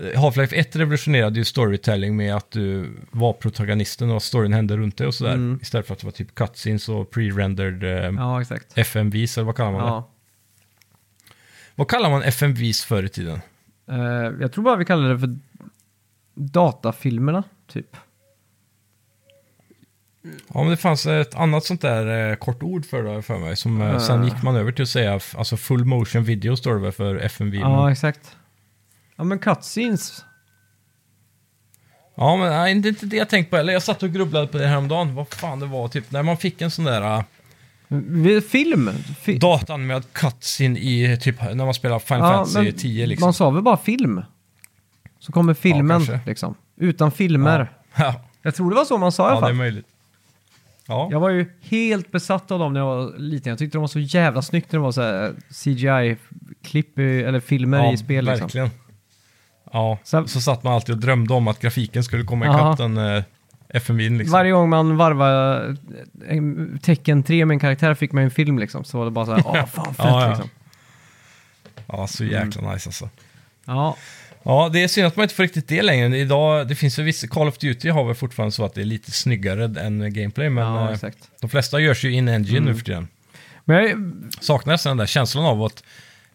Speaker 2: Half-Life 1 revolutionerade ju storytelling med att du var protagonisten och att storyn hände runt dig och sådär. Istället för att det var typ cutscenes och pre-rendered eh,
Speaker 1: Mm. Ja, exakt.
Speaker 2: FMVs, eller vad kallar man det?
Speaker 1: Ja.
Speaker 2: Vad kallar man FMVs förr i tiden?
Speaker 1: Eh, jag tror bara vi kallade det för datafilmerna, typ.
Speaker 2: Ja, men det fanns ett annat sånt där eh, kort ord för det har jag för mig, som eh, sen
Speaker 1: Eh.
Speaker 2: gick man över till att säga, f- alltså full motion video står det väl för FMV? men-
Speaker 1: Ja, exakt. Ja, men cutscenes.
Speaker 2: Ja, men nej, det är inte det jag tänkt på heller. Jag satt och grubblade på det häromdagen. Vad fan det var, typ när man fick en sån där eh, uh,
Speaker 1: Vi- Film. Fi-
Speaker 2: dataanimerad cutscene i typ när man spelar Final
Speaker 1: Ja,
Speaker 2: Fantasy
Speaker 1: men
Speaker 2: 10 liksom.
Speaker 1: Man sa väl bara film? Så kommer filmen,
Speaker 2: kanske.
Speaker 1: liksom. Utan filmer.
Speaker 2: [LAUGHS] Ja,
Speaker 1: Jag tror det var så man sa i alla
Speaker 2: ja, det är
Speaker 1: fall.
Speaker 2: möjligt. Ja,
Speaker 1: Jag var ju helt besatt av dem när jag var liten. Jag tyckte de var så jävla snyggt när det var så här eh, CGI-klipp i- eller filmer
Speaker 2: ja
Speaker 1: i spel. Liksom.
Speaker 2: verkligen. Ja,
Speaker 1: Så-
Speaker 2: så, satt man alltid och drömde om att grafiken skulle komma
Speaker 1: Ja.
Speaker 2: ikapp den uh, FMV'n liksom.
Speaker 1: Varje gång man varvade eh, tecken 3 med en karaktär fick man ju en film liksom. Så var det bara
Speaker 2: [LAUGHS]
Speaker 1: så här, åh fan fett
Speaker 2: Ja, ja.
Speaker 1: liksom.
Speaker 2: Ja, så jäkla nice alltså.
Speaker 1: Ja,
Speaker 2: Ja, det är synd att man inte får riktigt det längre. Idag, det finns ju vissa, Call of Duty har väl fortfarande så att det är lite snyggare än gameplay, men
Speaker 1: ja
Speaker 2: eh,
Speaker 1: exakt. Mm.
Speaker 2: de flesta görs ju in-engine nu för tiden.
Speaker 1: Men jag,
Speaker 2: saknar nästan den där känslan av att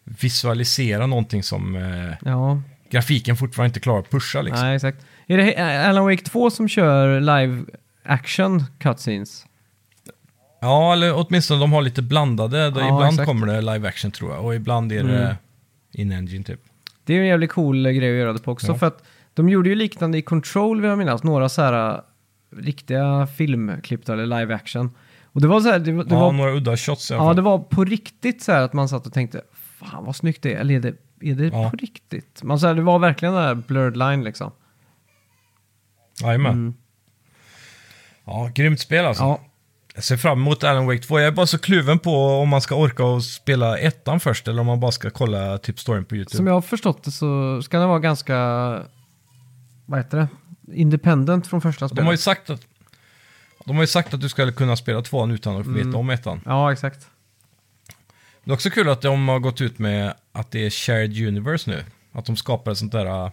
Speaker 2: visualisera någonting som eh,
Speaker 1: ja,
Speaker 2: grafiken fortfarande inte klarar att pusha. Liksom.
Speaker 1: nej exakt. Är det eh, Alan Wake 2 som kör live action cutscenes?
Speaker 2: Ja, eller åtminstone de har lite blandade. Då
Speaker 1: Ja,
Speaker 2: ibland
Speaker 1: exakt. Mm.
Speaker 2: kommer det live action tror jag och ibland är det in-engine typ.
Speaker 1: Det är ju en jävligt cool eh, grej att göra det på också.
Speaker 2: Ja.
Speaker 1: För att de gjorde ju liknande i Control vill jag minnas. Några så här eh, riktiga filmklipp där, eller live action. Och det var så här, det, var- det
Speaker 2: ja,
Speaker 1: var
Speaker 2: några udda shots i alla
Speaker 1: Ja,
Speaker 2: fall.
Speaker 1: det var på riktigt så här att man satt och tänkte fan vad snyggt det är. Eller är det, är det
Speaker 2: Ja.
Speaker 1: på riktigt? Man, så här, det var verkligen den där blurred line liksom.
Speaker 2: Jajamän.
Speaker 1: Mm.
Speaker 2: Ja, grymt spel alltså.
Speaker 1: Ja,
Speaker 2: Jag ser fram emot Alan Wake 2. Jag är bara så kluven på om man ska orka och spela ettan först eller om man bara ska kolla typ storyn på YouTube.
Speaker 1: som jag har förstått det så ska den vara ganska, vad heter det, independent från första spelet.
Speaker 2: De har ju sagt att de har ju sagt att du ska kunna spela tvåan utan att
Speaker 1: Mm.
Speaker 2: veta om ettan.
Speaker 1: Ja, exakt.
Speaker 2: Det är också kul att de har gått ut med att det är shared universe nu. Att de skapar ett sånt där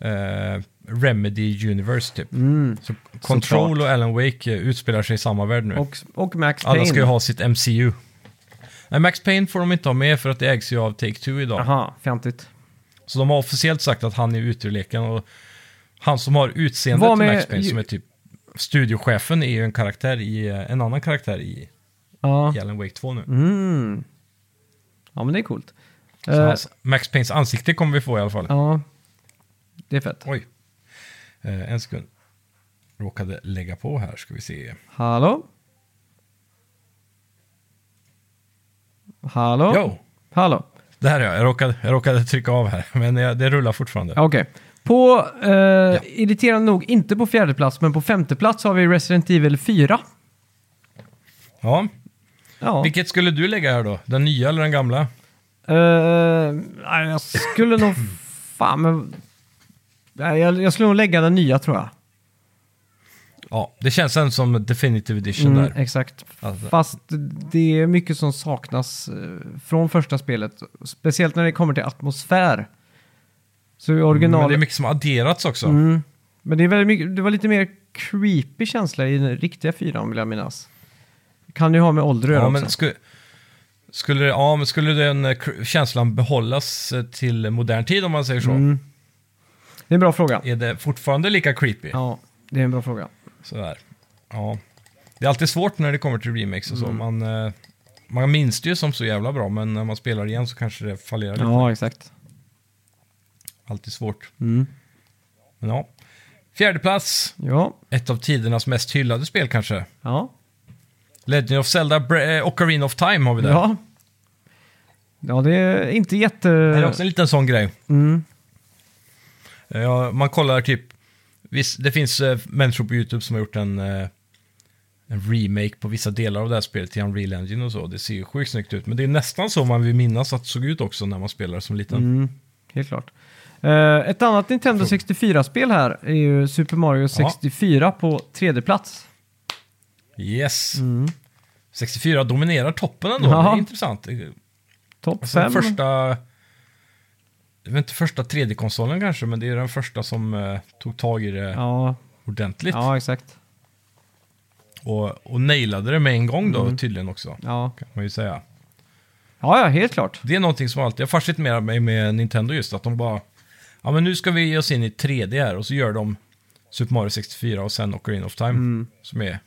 Speaker 2: eh, remedy universe typ. Så Control
Speaker 1: Mm. Såklart.
Speaker 2: och Alan Wake eh, utspelar sig i samma värld nu.
Speaker 1: Och, och Max Payne.
Speaker 2: Alla ska ju ha sitt MCU. Nej, Max Payne får de inte ha med för att det ägs ju av Take-Two idag.
Speaker 1: Aha, fjantigt.
Speaker 2: Så de har officiellt sagt att han är ute ur leken. Och han som har utseendet
Speaker 1: Vad
Speaker 2: till
Speaker 1: med-
Speaker 2: Max Payne, som är typ studiochefen, är ju en karaktär i, eh, en annan karaktär i
Speaker 1: Ja.
Speaker 2: i Alan Wake 2 nu.
Speaker 1: Mm. ja, men det är coolt.
Speaker 2: Så
Speaker 1: Eh,
Speaker 2: hans, Max Paynes ansikte kommer vi få i alla fall.
Speaker 1: ja, det är fett.
Speaker 2: Oj. Eh, en sekund. Råkade lägga på här, ska vi se.
Speaker 1: Hallå? Hallå?
Speaker 2: Jo!
Speaker 1: Hallå?
Speaker 2: Där är jag. Jag råkade, jag råkade trycka av här, [LAUGHS] men jag, det rullar fortfarande.
Speaker 1: Ja, Okej. På, eh, irriterande nog, inte på fjärde plats, men på femte plats har vi Resident Evil 4.
Speaker 2: Ja.
Speaker 1: Ja.
Speaker 2: Vilket skulle du lägga här då? Den nya eller den gamla?
Speaker 1: Eh, nej, jag skulle
Speaker 2: [CLEARS THROAT]
Speaker 1: nog... Fan, men... Nej, jag, jag skulle nog lägga den nya tror jag.
Speaker 2: Ja, det känns ändå som Definitive Edition
Speaker 1: Mm,
Speaker 2: där.
Speaker 1: Exakt.
Speaker 2: Alltså.
Speaker 1: Fast det är mycket som saknas eh, från första spelet. Speciellt när det kommer till atmosfär. Så i original...
Speaker 2: Mm, Men det är mycket som har adderats också.
Speaker 1: Mm. Men det, är väldigt mycket, det var lite mer creepy känsla i den riktiga fyran vill jag minnas. Kan ju ha med ålder att
Speaker 2: Ja,
Speaker 1: göra
Speaker 2: men
Speaker 1: också.
Speaker 2: sku, skulle, det- ja, men skulle den eh, kr- känslan behållas eh, till modern tid om man säger så?
Speaker 1: Mm. Det är en bra fråga.
Speaker 2: Är det fortfarande lika creepy?
Speaker 1: Ja, det är en bra fråga.
Speaker 2: Sådär. Ja. Det är alltid svårt när det kommer till remakes och så.
Speaker 1: Mm.
Speaker 2: Man, eh, man minns det ju som så jävla bra, men när man spelar igen så kanske det fallerar lite.
Speaker 1: Ja, exakt.
Speaker 2: Alltid svårt.
Speaker 1: Mm.
Speaker 2: Men ja. Fjärde plats.
Speaker 1: Ja,
Speaker 2: Ett av tidernas mest hyllade spel kanske.
Speaker 1: ja,
Speaker 2: Legend of Zelda Bre- eh, Ocarina of Time har vi där.
Speaker 1: ja. Ja, det är inte jätte...
Speaker 2: Det är också en liten sån grej.
Speaker 1: Mm.
Speaker 2: Ja, man kollar typ, visst, det finns eh, människor på YouTube som har gjort en, eh, en remake på vissa delar av det här spelet till Unreal Engine och så. Det ser ju sjukt snyggt ut, men det är nästan så man vill minnas att det såg ut också när man spelar som liten.
Speaker 1: Mm, helt klart. Eh, ett annat Nintendo 64-spel här är ju Super Mario 64 på tredje plats.
Speaker 2: Yes! 64 dominerar toppen ändå,
Speaker 1: Mm. Ja.
Speaker 2: det är intressant. Eh,
Speaker 1: Topp
Speaker 2: Alltså, den
Speaker 1: fem.
Speaker 2: första... Det var inte första 3D-konsolen kanske, men det är den första som eh, tog tag i det
Speaker 1: Ja,
Speaker 2: ordentligt.
Speaker 1: ja, exakt.
Speaker 2: Och, och nailade det med en gång då,
Speaker 1: Mm.
Speaker 2: tydligen också.
Speaker 1: Ja.
Speaker 2: Kan man ju säga.
Speaker 1: ja, ja, helt klart.
Speaker 2: Det är någonting som alltid har fascinerat mig med Nintendo just, att de bara... Ja, men nu ska vi ge oss in i 3D här och så gör de Super Mario 64 och sen Ocarina of Time. Som är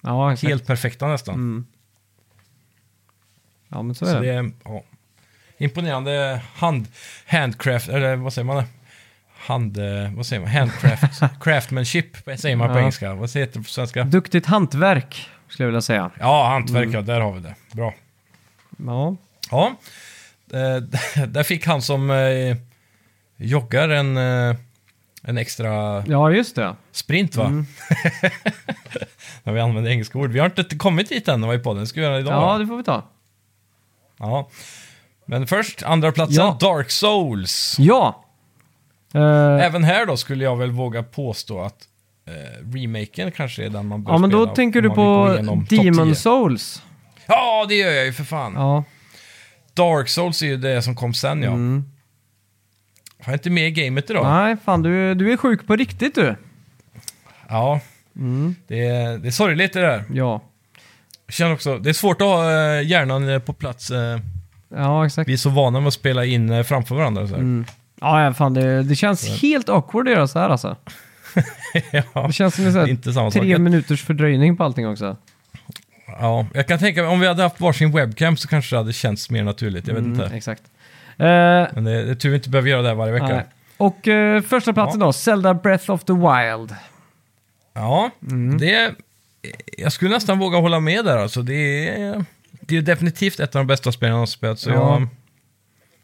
Speaker 1: Ja, exakt.
Speaker 2: helt perfekta nästan.
Speaker 1: Ja, men så
Speaker 2: Så
Speaker 1: är
Speaker 2: det
Speaker 1: det.
Speaker 2: är ja, imponerande hand, handcraft, eller vad säger man? Hand, eh, vad säger man? Handcraft, craftsmanship vad säger man på
Speaker 1: Ja.
Speaker 2: engelska. Vad heter det på svenska?
Speaker 1: Duktigt hantverk, skulle jag vilja säga.
Speaker 2: Ja, hantverk, ja, där har vi det. Bra.
Speaker 1: Ja,
Speaker 2: Ja, eh, [LAUGHS] där fick han som eh, joggar en, eh, en extra
Speaker 1: ja just det.
Speaker 2: sprint va?
Speaker 1: Mm.
Speaker 2: [LAUGHS] När vi använder engelska ord. Vi har inte kommit dit än vad i podden, ska vi göra idag?
Speaker 1: Ja,
Speaker 2: Ja,
Speaker 1: det får vi ta.
Speaker 2: ja. Men först, andra platsen,
Speaker 1: Ja.
Speaker 2: Dark Souls.
Speaker 1: Ja! Eh,
Speaker 2: Även här då skulle jag väl våga påstå att eh, remaken kanske är den man bör
Speaker 1: Ja, men då
Speaker 2: spela
Speaker 1: tänker
Speaker 2: om
Speaker 1: du
Speaker 2: man vill gå
Speaker 1: på
Speaker 2: igenom topp
Speaker 1: Demon
Speaker 2: 10.
Speaker 1: Souls.
Speaker 2: Ja, det gör jag ju för fan.
Speaker 1: Ja,
Speaker 2: Dark Souls är ju det som kom sen ja.
Speaker 1: Mm.
Speaker 2: Har jag inte med i gamet idag?
Speaker 1: nej fan du, du är sjuk på riktigt du.
Speaker 2: Ja,
Speaker 1: Mm.
Speaker 2: det, är, det är sorgligt det där.
Speaker 1: Ja,
Speaker 2: Jag känner också, det är svårt att ha eh, hjärnan eh, på plats. eh,
Speaker 1: ja exakt.
Speaker 2: Vi är så vana med att spela in eh, framför varandra. Så här.
Speaker 1: Ja, ja, fan det, det känns helt awkward att göra så här alltså.
Speaker 2: [LAUGHS] ja.
Speaker 1: Det känns som en sån
Speaker 2: Det är inte samma
Speaker 1: här
Speaker 2: sak.
Speaker 1: tre minuters fördröjning på allting också.
Speaker 2: ja, jag kan tänka mig, om vi hade haft varsin webcam så kanske det hade känts mer naturligt. Jag vet
Speaker 1: Mm,
Speaker 2: inte.
Speaker 1: exakt. Eh,
Speaker 2: Men det, det är tur vi inte behöver göra det här varje vecka.
Speaker 1: nej. och eh, första platsen då, Zelda Breath of the Wild.
Speaker 2: Ja, det... Jag skulle nästan våga hålla med där alltså. Det är, det är ju definitivt ett av de bästa spelen jag har spelat. Så
Speaker 1: Ja.
Speaker 2: jag,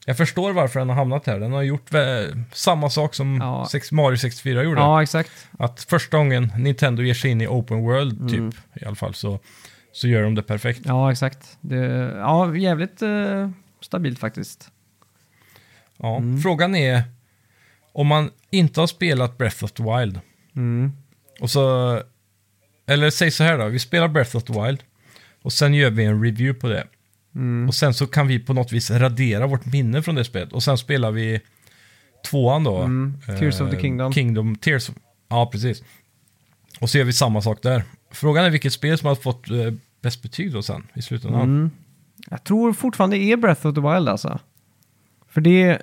Speaker 2: jag förstår varför den har hamnat här. Den har gjort vä- samma sak som
Speaker 1: Ja.
Speaker 2: sex, Mario 64 gjorde.
Speaker 1: Ja, exakt.
Speaker 2: Att första gången Nintendo ger sig in i open world,
Speaker 1: Mm.
Speaker 2: typ, i alla fall, så, så gör de det perfekt.
Speaker 1: Ja, exakt. Det, ja, jävligt eh, stabilt faktiskt.
Speaker 2: Ja.
Speaker 1: Mm.
Speaker 2: Frågan är, om man inte har spelat Breath of the Wild,
Speaker 1: Mm.
Speaker 2: och så... Eller säg så här då, vi spelar Breath of the Wild, och sen gör vi en review på det.
Speaker 1: Mm.
Speaker 2: Och sen så kan vi på något vis radera vårt minne från det spelet. Och sen spelar vi tvåan då. Eh,
Speaker 1: Mm. Tears of the Kingdom.
Speaker 2: Kingdom Tears of... Ja, precis. Och så gör vi samma sak där. Frågan är vilket spel som har fått eh, bäst betyg då sen i slutändan.
Speaker 1: Mm. Jag tror fortfarande det är Breath of the Wild alltså. För det,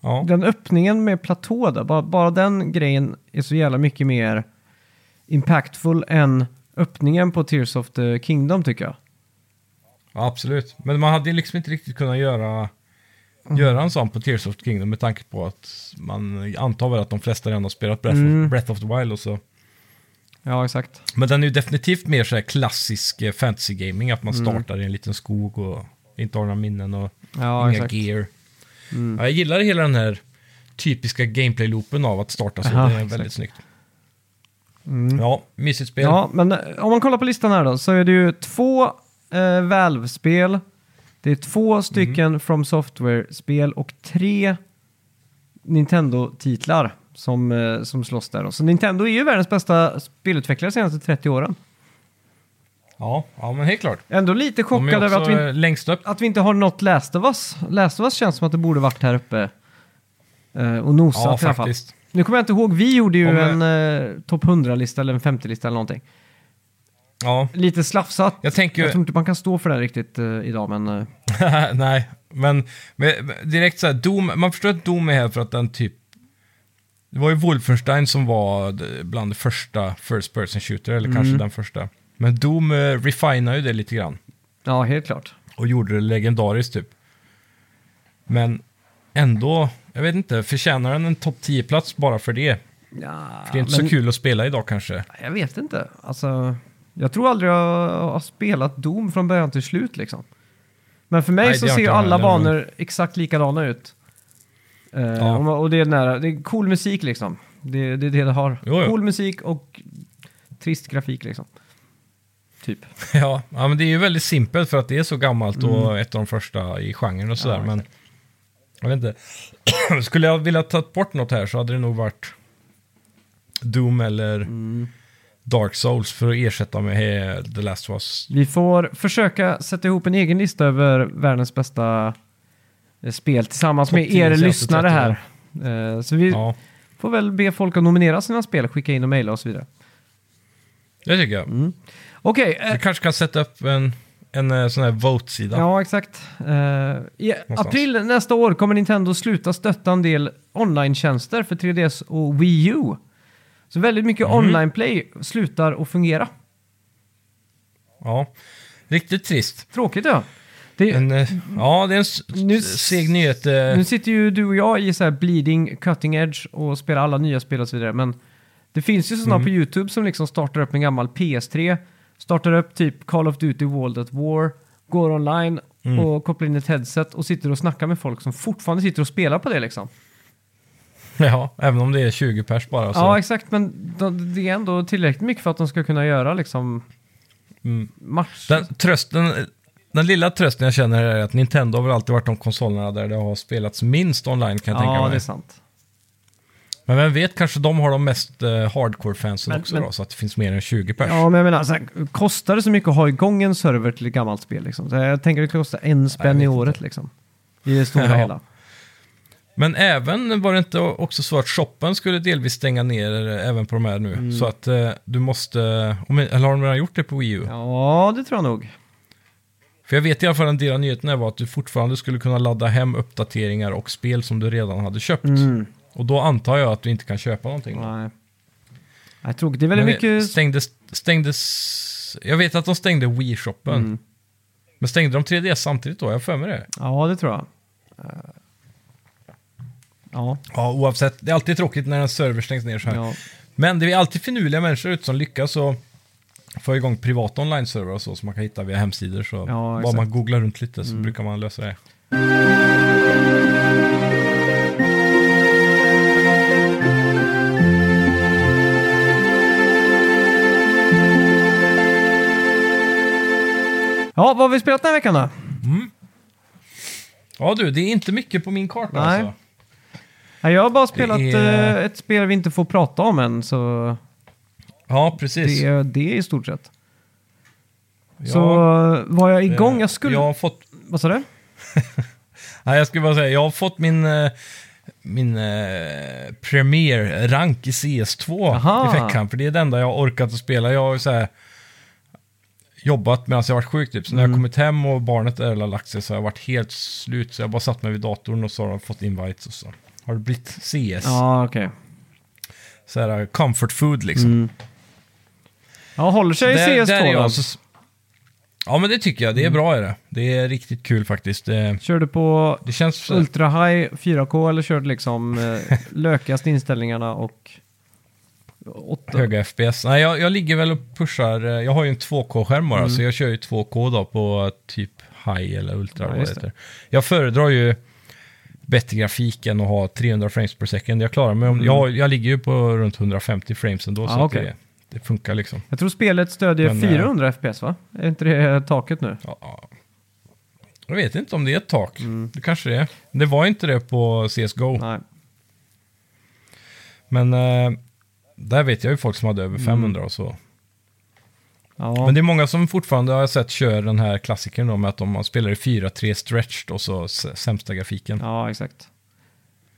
Speaker 2: Ja.
Speaker 1: den öppningen med platå där, bara, bara den grejen är så jävla mycket mer impactful än öppningen på Tears of the Kingdom tycker jag.
Speaker 2: ja, absolut. Men man hade liksom inte riktigt kunnat göra, göra en sån på Tears of the Kingdom med tanke på att man antar väl att de flesta redan har spelat Breath,
Speaker 1: Mm.
Speaker 2: of, Breath of the Wild och så.
Speaker 1: Ja, exakt.
Speaker 2: Men den är ju definitivt mer så här klassisk eh, fantasy-gaming, att man
Speaker 1: Mm.
Speaker 2: startar i en liten skog och inte har några minnen och
Speaker 1: Ja,
Speaker 2: inga
Speaker 1: exakt. Mm.
Speaker 2: gear. Ja, jag gillar hela den här typiska gameplay-loopen av att starta så,
Speaker 1: Aha,
Speaker 2: det är väldigt
Speaker 1: exakt.
Speaker 2: snyggt.
Speaker 1: Mm.
Speaker 2: Ja, mysigt spel.
Speaker 1: Ja, men eh, om man kollar på listan här då så är det ju två eh, Valve-spel. Det är två stycken
Speaker 2: Mm.
Speaker 1: From Software-spel och tre Nintendo-titlar som, eh, som slåss där. Då. Så Nintendo är ju världens bästa spelutvecklare de senaste 30 åren.
Speaker 2: Ja, ja, men helt klart.
Speaker 1: Ändå lite
Speaker 2: De
Speaker 1: chockad
Speaker 2: är
Speaker 1: över
Speaker 2: också
Speaker 1: att vi,
Speaker 2: eh, längst upp.
Speaker 1: att vi inte har något Last of Us. Last of Us känns som att det borde varit här uppe eh, och nosat
Speaker 2: Ja,
Speaker 1: i alla fall.
Speaker 2: faktiskt.
Speaker 1: Nu kommer jag inte ihåg, vi gjorde ju
Speaker 2: Om, eh,
Speaker 1: en eh, topp 100-lista eller en 50-lista eller någonting.
Speaker 2: Ja,
Speaker 1: Lite slafsat.
Speaker 2: jag tänker
Speaker 1: Jag
Speaker 2: ju...
Speaker 1: tror inte man kan stå för det här riktigt eh, idag, men... eh,
Speaker 2: [LAUGHS] Nej, men, men direkt så här, Doom, man förstår att Doom är här för att den typ... Det var ju Wolfenstein som var d- bland de första First Person Shooter, eller
Speaker 1: Mm.
Speaker 2: kanske den första. Men Doom eh, refinar ju det lite grann.
Speaker 1: ja, helt klart.
Speaker 2: och gjorde det legendariskt typ. Men ändå, jag vet inte, förtjänar den en topp 10-plats bara för det?
Speaker 1: Ja,
Speaker 2: För det är inte
Speaker 1: men-
Speaker 2: så kul att spela idag kanske.
Speaker 1: Jag vet inte. Alltså, jag tror aldrig jag har spelat Doom från början till slut liksom. Men för mig
Speaker 2: Nej,
Speaker 1: så
Speaker 2: det har
Speaker 1: ser ju
Speaker 2: inte jag
Speaker 1: alla
Speaker 2: heller, men-
Speaker 1: banor exakt likadana ut. Eh,
Speaker 2: Ja.
Speaker 1: och man- Och det är, nära, det är cool musik liksom. Det, det är det det har.
Speaker 2: Jo, jo.
Speaker 1: Cool musik och trist grafik liksom. Typ.
Speaker 2: ja, ja, men det är ju väldigt simpelt för att det är så gammalt och ett av de första i genren och sådär.
Speaker 1: Mm. Ja,
Speaker 2: men jag vet inte. [CLEARS THROAT] Skulle jag vilja ta bort något här så hade det nog varit Doom eller
Speaker 1: Mm.
Speaker 2: Dark Souls för att ersätta med eh, The Last of Us.
Speaker 1: Vi får försöka sätta ihop en egen lista över världens bästa eh, spel tillsammans
Speaker 2: Topp
Speaker 1: med
Speaker 2: 10
Speaker 1: er
Speaker 2: senaste
Speaker 1: lyssnare
Speaker 2: 30
Speaker 1: här. Eh, Så vi
Speaker 2: Ja,
Speaker 1: får väl be folk att nominera sina spel, skicka in och mejla och så vidare.
Speaker 2: det tycker jag.
Speaker 1: Okej, eh,
Speaker 2: Vi kanske kan sätta upp en, en eh, sån här vote-sida.
Speaker 1: ja exakt. Eh, I
Speaker 2: Någonstans.
Speaker 1: april nästa år kommer Nintendo sluta stötta en del online-tjänster för 3DS och Wii U. Så väldigt mycket
Speaker 2: Mm.
Speaker 1: online-play slutar att fungera.
Speaker 2: Ja, riktigt trist.
Speaker 1: Tråkigt ja. Det,
Speaker 2: En, eh, ja, det är en s-
Speaker 1: Mm. Nu-
Speaker 2: seg nyhet. eh.
Speaker 1: Nu sitter ju du och jag i så här bleeding, cutting edge och spelar alla nya spel och så vidare. Men det finns ju sådana
Speaker 2: Mm.
Speaker 1: på YouTube som liksom startar upp en gammal PS3, startar upp typ Call of Duty World at War, går online
Speaker 2: Mm.
Speaker 1: och kopplar in ett headset och sitter och snackar med folk som fortfarande sitter och spelar på det liksom.
Speaker 2: [LAUGHS] Ja, även om det är 20 pers bara. Så.
Speaker 1: Ja, exakt. Men de, det är ändå tillräckligt mycket för att de ska kunna göra liksom
Speaker 2: Mm.
Speaker 1: match.
Speaker 2: den, trösten, den lilla trösten jag känner är att Nintendo har väl alltid varit de konsolerna där det har spelats minst online kan jag
Speaker 1: ja,
Speaker 2: tänka
Speaker 1: det är
Speaker 2: mig.
Speaker 1: sant.
Speaker 2: Men vem vet, kanske de har de mest eh, hardcore-fansen
Speaker 1: Men-
Speaker 2: också
Speaker 1: men-
Speaker 2: då, så att det finns mer än 20 pers.
Speaker 1: Ja, men jag menar, så här, kostar det så mycket att ha igång en server till ett gammalt spel? Liksom? Så jag tänker det kostar en spänn
Speaker 2: vet
Speaker 1: i
Speaker 2: inte.
Speaker 1: året liksom. I det stora
Speaker 2: [LAUGHS] Ja.
Speaker 1: hela.
Speaker 2: Men även, var det inte också så att shoppen skulle delvis stänga ner eh, även på de här nu?
Speaker 1: Mm.
Speaker 2: Så att eh, du måste, om- eller har de redan gjort det på Wii U?
Speaker 1: Ja, det tror jag nog.
Speaker 2: För jag vet i alla fall en del av nyheterna var att du fortfarande skulle kunna ladda hem uppdateringar och spel som du redan hade köpt.
Speaker 1: Mm.
Speaker 2: Och då antar jag att du inte kan köpa någonting.
Speaker 1: Nej. Jag tror det är
Speaker 2: Men
Speaker 1: väldigt mycket...
Speaker 2: stängdes, stängdes... Jag vet att de stängde Wii-shoppen.
Speaker 1: Mm.
Speaker 2: Men stängde de 3DS samtidigt då? Jag har för mig det.
Speaker 1: Ja, det tror jag. Eh, Ja,
Speaker 2: Ja, oavsett. Det är alltid tråkigt när en server stängs ner så här.
Speaker 1: ja.
Speaker 2: Men det är alltid finurliga människor ute som lyckas och få igång privata online-servrar och så som man kan hitta via hemsidor. Så
Speaker 1: Ja,
Speaker 2: bara
Speaker 1: exakt.
Speaker 2: man googlar runt lite så brukar man lösa det.
Speaker 1: Ja, vad har vi spelat den här veckan då?
Speaker 2: Ja du, det är inte mycket på min karta
Speaker 1: Nej.
Speaker 2: alltså.
Speaker 1: Ja, Jag har bara spelat
Speaker 2: är-
Speaker 1: eh, ett spel vi inte får prata om än, så
Speaker 2: Ja, precis.
Speaker 1: det är det i stort sett. Så
Speaker 2: Ja,
Speaker 1: var jag igång,
Speaker 2: eh,
Speaker 1: jag skulle...
Speaker 2: Jag har fått
Speaker 1: Vad sa du?
Speaker 2: Nej, jag skulle bara säga, jag har fått min, eh, min eh, premier-rank i CS2
Speaker 1: Aha.
Speaker 2: i veckan. För det är det enda jag har orkat att spela. Jag har ju så här jobbat medan jag varit sjuk typ. Så när
Speaker 1: Mm.
Speaker 2: jag kommit hem och barnet är eller lagt sig så har jag varit helt slut. Så jag har bara satt mig vid datorn och så har jag fått invites och så. Har det blivit CS?
Speaker 1: Ja, okej.
Speaker 2: Så här eh, comfort food liksom.
Speaker 1: Mm. Ja, håller sig i
Speaker 2: Där-
Speaker 1: CS2
Speaker 2: där är jag
Speaker 1: då? Mm.
Speaker 2: så- Ja men det tycker jag, det är bra är det. Det är riktigt kul faktiskt. Det,
Speaker 1: Kör du på
Speaker 2: det känns...
Speaker 1: Ultra High 4K eller körde liksom
Speaker 2: [LAUGHS]
Speaker 1: eh, lökigast inställningarna och... åtta.
Speaker 2: Höga FPS. Nej, jag, jag ligger väl och pushar. eh, Jag har ju en 2K-skärm
Speaker 1: Mm.
Speaker 2: bara, så jag kör ju 2K då på eh, typ High eller Ultra.
Speaker 1: Ja,
Speaker 2: vad det
Speaker 1: just det.
Speaker 2: heter. Jag föredrar ju bättre grafik än att ha 300 frames per second. Jag klarar mig om... Jag, jag ligger ju på runt 150 frames ändå, så
Speaker 1: Mm. Ah,
Speaker 2: att
Speaker 1: okej.
Speaker 2: det, det funkar liksom.
Speaker 1: Jag tror spelet stödjer
Speaker 2: Men, eh, Oh.
Speaker 1: 400 FPS va? Är inte det taket nu?
Speaker 2: Ja, ja. Jag vet inte om det är ett tak. Det kanske det är. Det var inte det på CSGO.
Speaker 1: Mm. Nej.
Speaker 2: Men eh, där vet jag ju folk som hade över
Speaker 1: Mm.
Speaker 2: 500 och så.
Speaker 1: Ja.
Speaker 2: Men det är många som fortfarande har jag sett kör den här klassikern då med att de man spelar i 4-3 stretched och så s- sämsta grafiken.
Speaker 1: ja, exakt.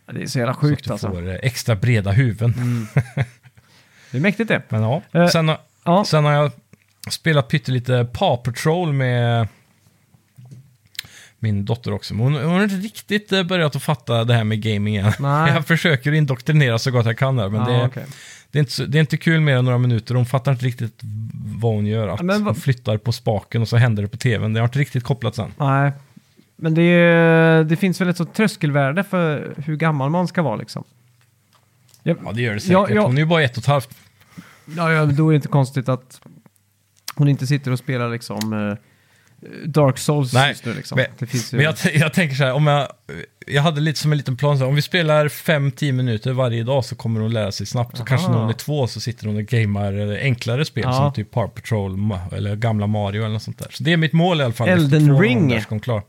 Speaker 1: Ja, Det är så jävla
Speaker 2: så att
Speaker 1: sjukt
Speaker 2: du
Speaker 1: alltså.
Speaker 2: får eh, extra breda huvuden.
Speaker 1: Det är mäktigt det.
Speaker 2: Men ja,
Speaker 1: Eh,
Speaker 2: sen, har-
Speaker 1: Ja,
Speaker 2: sen har jag spelat pyttelite Paw Patrol med min dotter också. Men hon, hon har inte riktigt eh, börjat att fatta det här med gaming än.
Speaker 1: Nej.
Speaker 2: [LAUGHS] Jag försöker indoktrinera så gott jag kan där, men
Speaker 1: ja,
Speaker 2: det,
Speaker 1: okej.
Speaker 2: det, är inte, så- det är inte kul mer än några minuter. Hon fattar inte riktigt vad hon gör. Att
Speaker 1: Men vad-
Speaker 2: hon flyttar på spaken och så händer det på tvn. Det har inte riktigt kopplats än.
Speaker 1: Nej. Men det, är- det finns väl ett sånt tröskelvärde för hur gammal man ska vara liksom. Jag,
Speaker 2: Ja, det gör det säkert.
Speaker 1: Ja, ja.
Speaker 2: Hon är ju bara ett och ett halvt.
Speaker 1: Ja, ja, då är det inte konstigt att hon inte sitter och spelar liksom eh, Dark Souls
Speaker 2: Nej,
Speaker 1: just nu. Liksom.
Speaker 2: men-
Speaker 1: det finns ju...
Speaker 2: Men jag, t- jag tänker så här, om jag, jag hade lite som en liten plan, så här, om vi spelar 5-10 minuter varje dag så kommer hon lära sig snabbt. Så
Speaker 1: Aha.
Speaker 2: kanske när hon är två så sitter hon och gamer eh, enklare spel
Speaker 1: Ja.
Speaker 2: som typ Paw Patrol ma- eller gamla Mario eller något sånt där. Så det är mitt mål i alla fall. efter
Speaker 1: Elden
Speaker 2: två
Speaker 1: Ring.
Speaker 2: månader ska hon klara.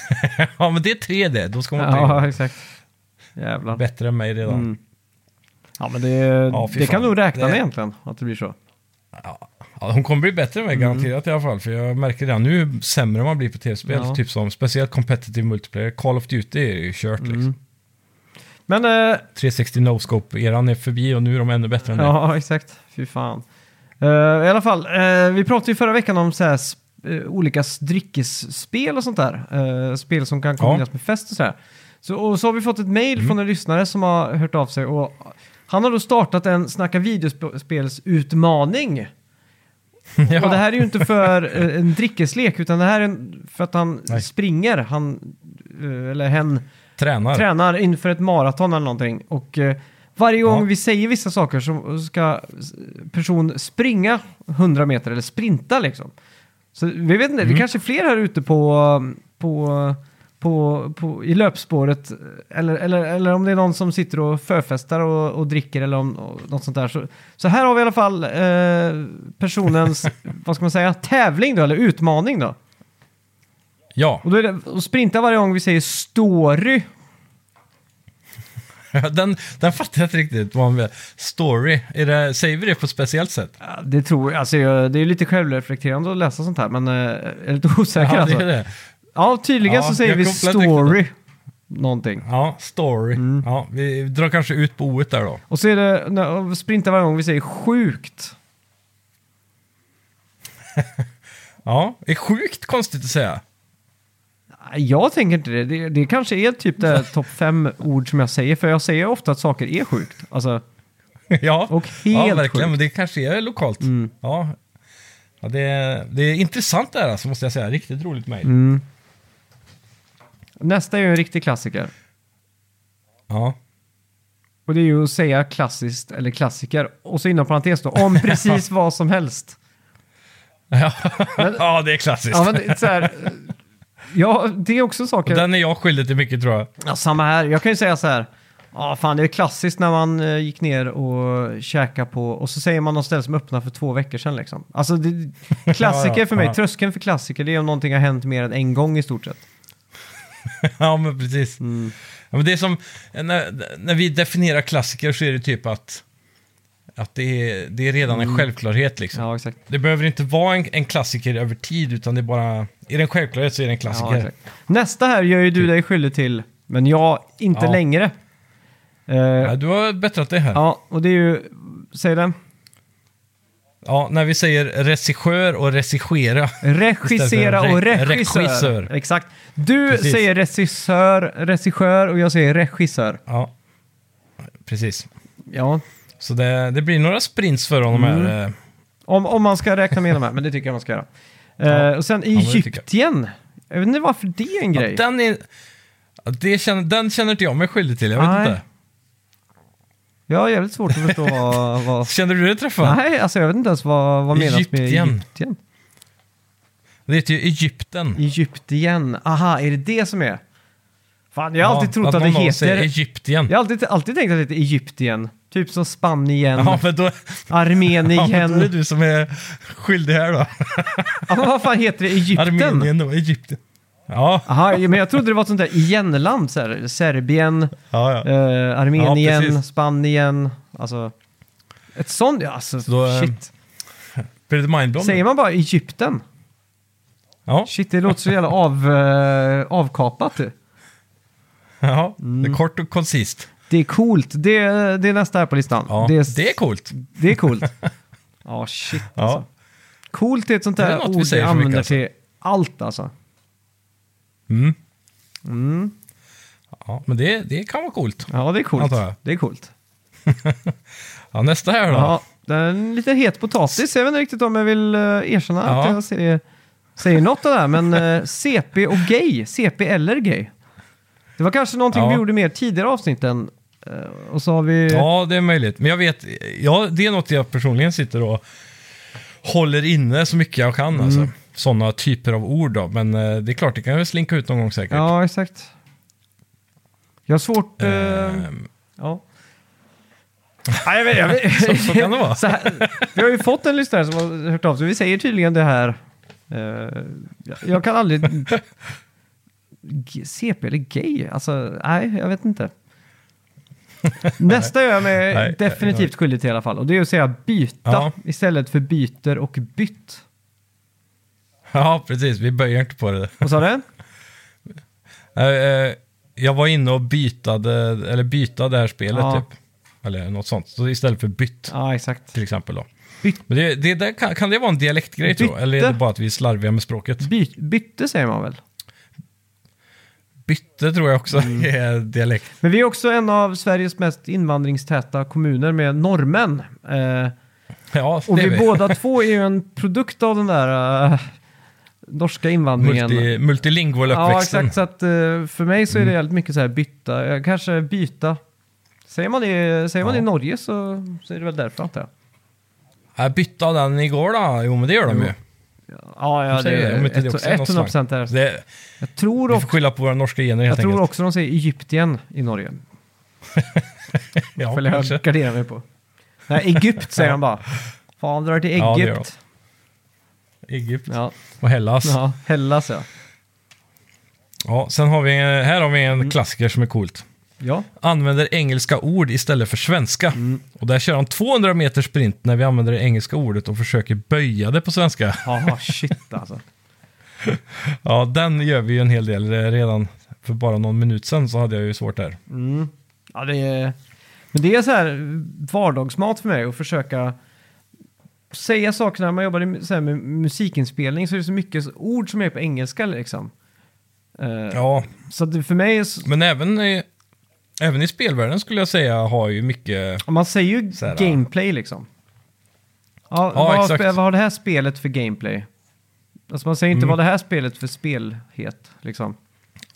Speaker 2: [LAUGHS] ja, men det är 3D, då ska hon ja.
Speaker 1: ja, exakt. Jävlar.
Speaker 2: bättre än mig redan.
Speaker 1: Mm. Ja, men det,
Speaker 2: fy
Speaker 1: det
Speaker 2: fan.
Speaker 1: kan du nog räkna
Speaker 2: Det-
Speaker 1: med egentligen, att det blir så.
Speaker 2: Ja, hon kommer bli bättre än mig
Speaker 1: Mm.
Speaker 2: garanterat i alla fall, för jag märker redan nu hur sämre man blir på tv-spel,
Speaker 1: Ja.
Speaker 2: typ som speciellt competitive multiplayer. Call of Duty är ju kört
Speaker 1: Mm.
Speaker 2: liksom.
Speaker 1: Men, eh,
Speaker 2: 360 no-scope-eran är förbi och nu är de ännu bättre än [LAUGHS] det.
Speaker 1: ja, exakt. Fy fan. Eh, I alla fall, eh, vi pratade ju förra veckan om så här, sp- eh, olika s- dryckesspel och sånt där. Eh, spel som kan kombineras med fest och så här. Så, och så har vi fått ett mejl
Speaker 2: Mm.
Speaker 1: från en lyssnare som har hört av sig och han har då startat en snacka videospelsutmaning. Och det här är ju inte
Speaker 2: [LAUGHS]
Speaker 1: för eh, en drickeslek utan det här är en, för att han
Speaker 2: Nej.
Speaker 1: springer, han, eh, eller hen,
Speaker 2: Tränar.
Speaker 1: tränar inför ett maraton eller någonting. Och eh, varje gång
Speaker 2: Ja.
Speaker 1: vi säger vissa saker så ska s- person springa 100 meter eller sprinta liksom. Så vi vet inte, det kanske är fler här ute på, um, på, på, på, i löpspåret. eh, Eller, eller, eller om det är någon som sitter och förfestar och, och dricker eller om, och något sånt där. Så, så här har vi i alla fall eh, personens, vad ska man säga, tävling då, eller utmaning då.
Speaker 2: Ja, [LAUGHS]
Speaker 1: Och då är det, och sprinta varje gång vi säger story.
Speaker 2: den, den fattar jag inte riktigt vad man vill. Story, är det, säger vi det på ett speciellt sätt?
Speaker 1: Ja, Det tror jag. Alltså, jag, det är lite självreflekterande att läsa sånt här, men eh, jag är lite osäker
Speaker 2: Ja, det
Speaker 1: alltså.
Speaker 2: är det.
Speaker 1: Ja, tydligen
Speaker 2: Ja,
Speaker 1: så säger
Speaker 2: jag
Speaker 1: vi
Speaker 2: kopplar inte
Speaker 1: story. Någonting.
Speaker 2: Ja, story.
Speaker 1: Mm.
Speaker 2: Ja, vi drar kanske ut på oet där då.
Speaker 1: Och så är det, när- sprinta varje gång vi säger sjukt.
Speaker 2: Ja, det är sjukt konstigt att säga. [LAUGHS]
Speaker 1: Nej, Jag tänker inte det. Det, det kanske är typ
Speaker 2: [LAUGHS]
Speaker 1: det här topp fem ord som jag säger, för jag säger ofta att saker är sjukt. Alltså,
Speaker 2: ja,
Speaker 1: Och
Speaker 2: ja,
Speaker 1: helt
Speaker 2: verkligen.
Speaker 1: sjukt. Mm.
Speaker 2: Men det kanske är lokalt. Ja. Ja, det, är- det är intressant det här alltså, måste jag säga. Riktigt roligt mejl.
Speaker 1: Mm. nästa är ju en riktig klassiker.
Speaker 2: Ja.
Speaker 1: Och det är ju att säga klassiskt eller klassiker. Och så inom parentes då,
Speaker 2: [LAUGHS]
Speaker 1: om precis vad som helst.
Speaker 2: ja, det är klassiskt.
Speaker 1: Ja, men det är så här, ja, det är också saker.
Speaker 2: [LAUGHS] Den är jag skyldig till mycket tror jag.
Speaker 1: Ja, samma här. Jag kan ju säga så här. Ja, fan det är klassiskt när man eh, gick ner och käkade på och så säger man något ställe som öppnade för två veckor sedan liksom. Alltså
Speaker 2: [LAUGHS]
Speaker 1: det, klassiker för mig,
Speaker 2: Ja, ja.
Speaker 1: tröskeln för klassiker det är om någonting har hänt mer än en gång i stort sett.
Speaker 2: [LAUGHS] ja, men precis.
Speaker 1: Mm.
Speaker 2: Ja, men det är som, när, när vi definierar klassiker så är det typ att, att det, är, det är redan en självklarhet liksom.
Speaker 1: Mm. Ja, exakt.
Speaker 2: Det behöver inte vara en, en klassiker över tid, utan det är bara... Är det en självklarhet så är det en
Speaker 1: Ja,
Speaker 2: klassiker. Typ.
Speaker 1: exakt. Nästa här gör ju du dig skyldig till, men jag inte
Speaker 2: Ja.
Speaker 1: längre. Eh,
Speaker 2: Ja, du har bättrat det här. Ja.
Speaker 1: Ja, och det är ju, säg den.
Speaker 2: när vi säger regissör och regissera.
Speaker 1: Regissera
Speaker 2: Istället för
Speaker 1: och
Speaker 2: re-
Speaker 1: regissör.
Speaker 2: regissör.
Speaker 1: Exakt. Du
Speaker 2: Precis.
Speaker 1: säger regissör, regissör och jag säger regissör.
Speaker 2: Ja, precis.
Speaker 1: Ja,
Speaker 2: Så det, det blir några sprints för honom
Speaker 1: Mm.
Speaker 2: här. eh.
Speaker 1: om, om man ska räkna med de här, men det tycker jag man ska göra. Eh, och sen
Speaker 2: men det tycker
Speaker 1: Egypten. Jag vet inte varför det är en
Speaker 2: Ja,
Speaker 1: grej.
Speaker 2: den, är, ja, det känner, den känner inte jag mig skyldig till, jag vet
Speaker 1: Nej.
Speaker 2: inte.
Speaker 1: Jag har jävligt svårt att förstå vad...
Speaker 2: [LAUGHS]
Speaker 1: vad...
Speaker 2: Känner du det träffad?
Speaker 1: Nej, alltså jag vet inte ens vad, vad menas med
Speaker 2: Egyptien.
Speaker 1: Egyptien.
Speaker 2: Det heter ju Egypten.
Speaker 1: Egyptien. Aha, är det det som är? Fan, jag har alltid trott att, det
Speaker 2: någon av oss
Speaker 1: heter...
Speaker 2: säger Egyptien.
Speaker 1: Jag har alltid, alltid tänkt att det heter Egyptien. Typ som Spanien,
Speaker 2: Ja, [LAUGHS] men då, ja, men då är det
Speaker 1: Armenien.
Speaker 2: du som är skyldig här då.
Speaker 1: Ja, men vad fan heter det? Egypten?
Speaker 2: Armenien och Egypten. Ja,
Speaker 1: Aha, men jag trodde det var ett sånt där igenland. Så här, Serbien,
Speaker 2: ja, ja.
Speaker 1: Eh,
Speaker 2: Ja,
Speaker 1: Armenien,
Speaker 2: precis.
Speaker 1: Spanien, alltså... Ett sånt, ja, alltså
Speaker 2: Så då, eh,
Speaker 1: shit.
Speaker 2: Blir det mindblown?
Speaker 1: Säger man bara Egypten?
Speaker 2: Ja,
Speaker 1: Shit, det låter så jävla av, eh, avkapat.
Speaker 2: ja. det
Speaker 1: Mm.
Speaker 2: är kort och koncist.
Speaker 1: Det är coolt, det, det är nästa här på listan.
Speaker 2: Ja, det, är, coolt.
Speaker 1: det är
Speaker 2: [LAUGHS]
Speaker 1: coolt. Ja, shit
Speaker 2: Ja.
Speaker 1: alltså. Coolt är ett sånt
Speaker 2: Det är
Speaker 1: där
Speaker 2: något vi
Speaker 1: ord vi
Speaker 2: säger för mycket,
Speaker 1: använder
Speaker 2: alltså.
Speaker 1: till allt alltså.
Speaker 2: Mm. Ja, men det, det kan vara coolt.
Speaker 1: Ja, det är coolt.
Speaker 2: Antar jag.
Speaker 1: Det är coolt.
Speaker 2: Ja, nästa här då.
Speaker 1: Ja, det är en liten het potatis. Jag vet inte riktigt om jag vill eh, erkänna att
Speaker 2: Ja.
Speaker 1: jag säger, säger något av det här, men
Speaker 2: [LAUGHS]
Speaker 1: eh, CP och gay. CP eller gay. Det var kanske någonting
Speaker 2: Ja.
Speaker 1: vi gjorde mer tidigare avsnitten. eh, Och så har vi...
Speaker 2: Ja, det är möjligt. Men jag vet, ja, det är något jag personligen sitter och håller inne så mycket jag
Speaker 1: Mm.
Speaker 2: kan. Alltså. Sådana typer av ord då. Men eh, det är klart, det kan väl slinka ut någon gång säkert.
Speaker 1: Ja, exakt. Jag har svårt... eh,
Speaker 2: Ehm, [LAUGHS]
Speaker 1: ja. Nej, jag vet, jag vet.
Speaker 2: Så- så kan det
Speaker 1: [LAUGHS]
Speaker 2: vara.
Speaker 1: Så här, vi har ju fått en lyssnare som har hört av sig. Vi säger tydligen det här. eh, jag- jag kan aldrig... G- CP eller gay? Alltså, nej, jag vet inte. Nästa gör jag mig
Speaker 2: Nej, nej,
Speaker 1: definitivt skyldig till i alla fall. Och det är att säga byta
Speaker 2: Ja.
Speaker 1: istället för byter och bytt.
Speaker 2: ja, precis. Vi böjer inte på det.
Speaker 1: Vad sa du?
Speaker 2: Eh, eh, jag var inne och bytade, eller byta det här spelet
Speaker 1: Ja.
Speaker 2: typ. Eller något sånt. Så istället för bytt,
Speaker 1: Ja, exakt.
Speaker 2: till exempel då.
Speaker 1: Byt-
Speaker 2: Men det, det, där kan, kan det vara en dialektgrej tror jag? Eller är det
Speaker 1: Bytte?
Speaker 2: bara att vi är slarviga med språket?
Speaker 1: By, bytte säger man väl?
Speaker 2: Bytte tror jag också
Speaker 1: Mm.
Speaker 2: [LAUGHS] är dialekt.
Speaker 1: Men vi är också en av Sveriges mest invandringstäta kommuner med norrmän. Eh,
Speaker 2: Ja,
Speaker 1: och
Speaker 2: det är
Speaker 1: vi
Speaker 2: vi.
Speaker 1: båda två är ju en produkt av den där eh, norska invandringen.
Speaker 2: Multi, Mm. multilingual
Speaker 1: ja,
Speaker 2: uppväxten.
Speaker 1: exakt. Så att, eh, för mig så är det jävligt mycket så här byta, eh, kanske byta. Säger man det, säger man
Speaker 2: Ja.
Speaker 1: det i Norge så, så är det väl därför antar jag.
Speaker 2: jag bytte den igår då. Jo, men det gör de
Speaker 1: Jo.
Speaker 2: ju.
Speaker 1: Ja, ja, det
Speaker 2: Säger
Speaker 1: är
Speaker 2: de inte det också är någon
Speaker 1: 100 procent
Speaker 2: slang?
Speaker 1: där.
Speaker 2: Det,
Speaker 1: Jag tror
Speaker 2: vi får
Speaker 1: också,
Speaker 2: skylla på våra norska gener helt
Speaker 1: jag tror
Speaker 2: enkelt.
Speaker 1: också de säger Egyptien i Norge.
Speaker 2: Ja,
Speaker 1: Följer jag
Speaker 2: kanske.
Speaker 1: garderar mig på. Nej, Egypt säger de bara. Fan, drar till
Speaker 2: Ja, det gör de.
Speaker 1: Egypt.
Speaker 2: Egypt
Speaker 1: Ja,
Speaker 2: och Hellas. Ja.
Speaker 1: ja Hellas ja.
Speaker 2: sen har vi, här har vi en klassiker som är coolt.
Speaker 1: Ja,
Speaker 2: Använder engelska ord istället för svenska. Och där kör han 200 meter sprint när vi använder det engelska ordet och försöker böja det på svenska. [LAUGHS]
Speaker 1: Jaha, shit alltså.
Speaker 2: Ja, den gör vi ju en hel del eh, redan. För bara någon minut sen så hade jag ju svårt där.
Speaker 1: Ja, det är... Men det är så här eh, vardagsmat för mig att försöka säga saker när man jobbar i, mu- så här, med musikinspelning så är det så mycket ord som är på engelska liksom. Eh,
Speaker 2: Ja,
Speaker 1: Så att det, för mig, är s-
Speaker 2: Men även i, även i spelvärlden skulle jag säga har ju mycket...
Speaker 1: man säger ju
Speaker 2: Så här, ja.
Speaker 1: gameplay liksom. Ja,
Speaker 2: Ja,
Speaker 1: vad,
Speaker 2: exakt.
Speaker 1: spe- vad har det här spelet för gameplay? Alltså man säger
Speaker 2: Mm.
Speaker 1: inte vad det här spelet för spelhet liksom. Mm.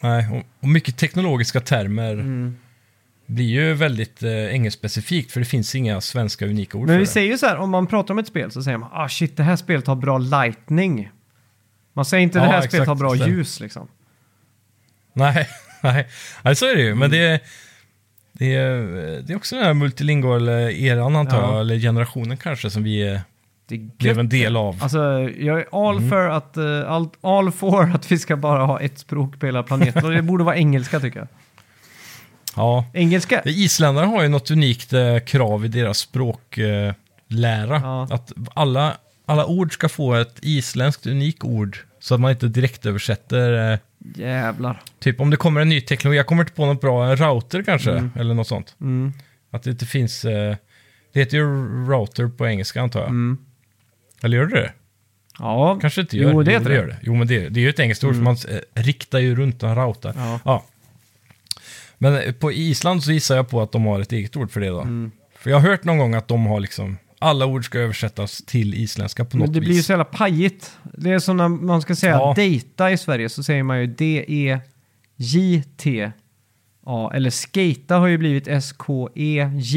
Speaker 2: Nej, och, och mycket teknologiska termer. blir ju väldigt eh, engelskspecifikt för det finns inga svenska unika ord
Speaker 1: Men
Speaker 2: för
Speaker 1: vi
Speaker 2: det.
Speaker 1: säger ju så här, om man pratar om ett spel så säger man ah shit, det här spelet har bra lightning. Man säger inte
Speaker 2: Ja,
Speaker 1: det här
Speaker 2: exakt,
Speaker 1: spelet har bra
Speaker 2: just det.
Speaker 1: ljus liksom.
Speaker 2: Nej, [LAUGHS] nej. nej, så är det ju. Men
Speaker 1: Mm.
Speaker 2: det, det, är, det är också den här multilingual-eran antar
Speaker 1: Ja.
Speaker 2: jag, eller generationen kanske, som vi eh,
Speaker 1: Det är gött.
Speaker 2: blev Mm. en del av.
Speaker 1: Alltså, jag är all, för att, eh, all, all for att vi ska bara ha ett språk på hela planeten. Och det borde vara engelska tycker jag.
Speaker 2: Ja.
Speaker 1: Engelska?
Speaker 2: Isländarna har ju något unikt eh, krav i deras språklära. Eh, lära.
Speaker 1: Ja.
Speaker 2: Att alla, alla ord ska få ett isländskt unikt ord. Så att man inte direktöversätter. Eh,
Speaker 1: Jävlar.
Speaker 2: typ om det kommer en ny teknologi, jag kommer inte på något bra, en router kanske, eller något sånt.
Speaker 1: Mm.
Speaker 2: Att det inte finns... Eh, det heter ju router på engelska antar jag.
Speaker 1: Mm.
Speaker 2: Eller gör det det?
Speaker 1: Ja,
Speaker 2: Kanske inte
Speaker 1: Jo,
Speaker 2: gör
Speaker 1: det
Speaker 2: Jo,
Speaker 1: heter det. Mm.
Speaker 2: gör det. Jo, men det, det är ju ett engelskt ord, för man eh, riktar ju runt en router.
Speaker 1: Ja.
Speaker 2: Men eh, på Island så gissar jag på att de har ett eget ord för det då.
Speaker 1: Mm.
Speaker 2: För jag har hört någon gång att de har liksom, alla ord ska översättas till isländska på något
Speaker 1: men det blir ju
Speaker 2: vis.
Speaker 1: så jävla pajigt. Det är som när man ska säga
Speaker 2: Ja.
Speaker 1: dejta i Sverige så säger man ju E D-E-J-T-A. Eller skata har ju blivit E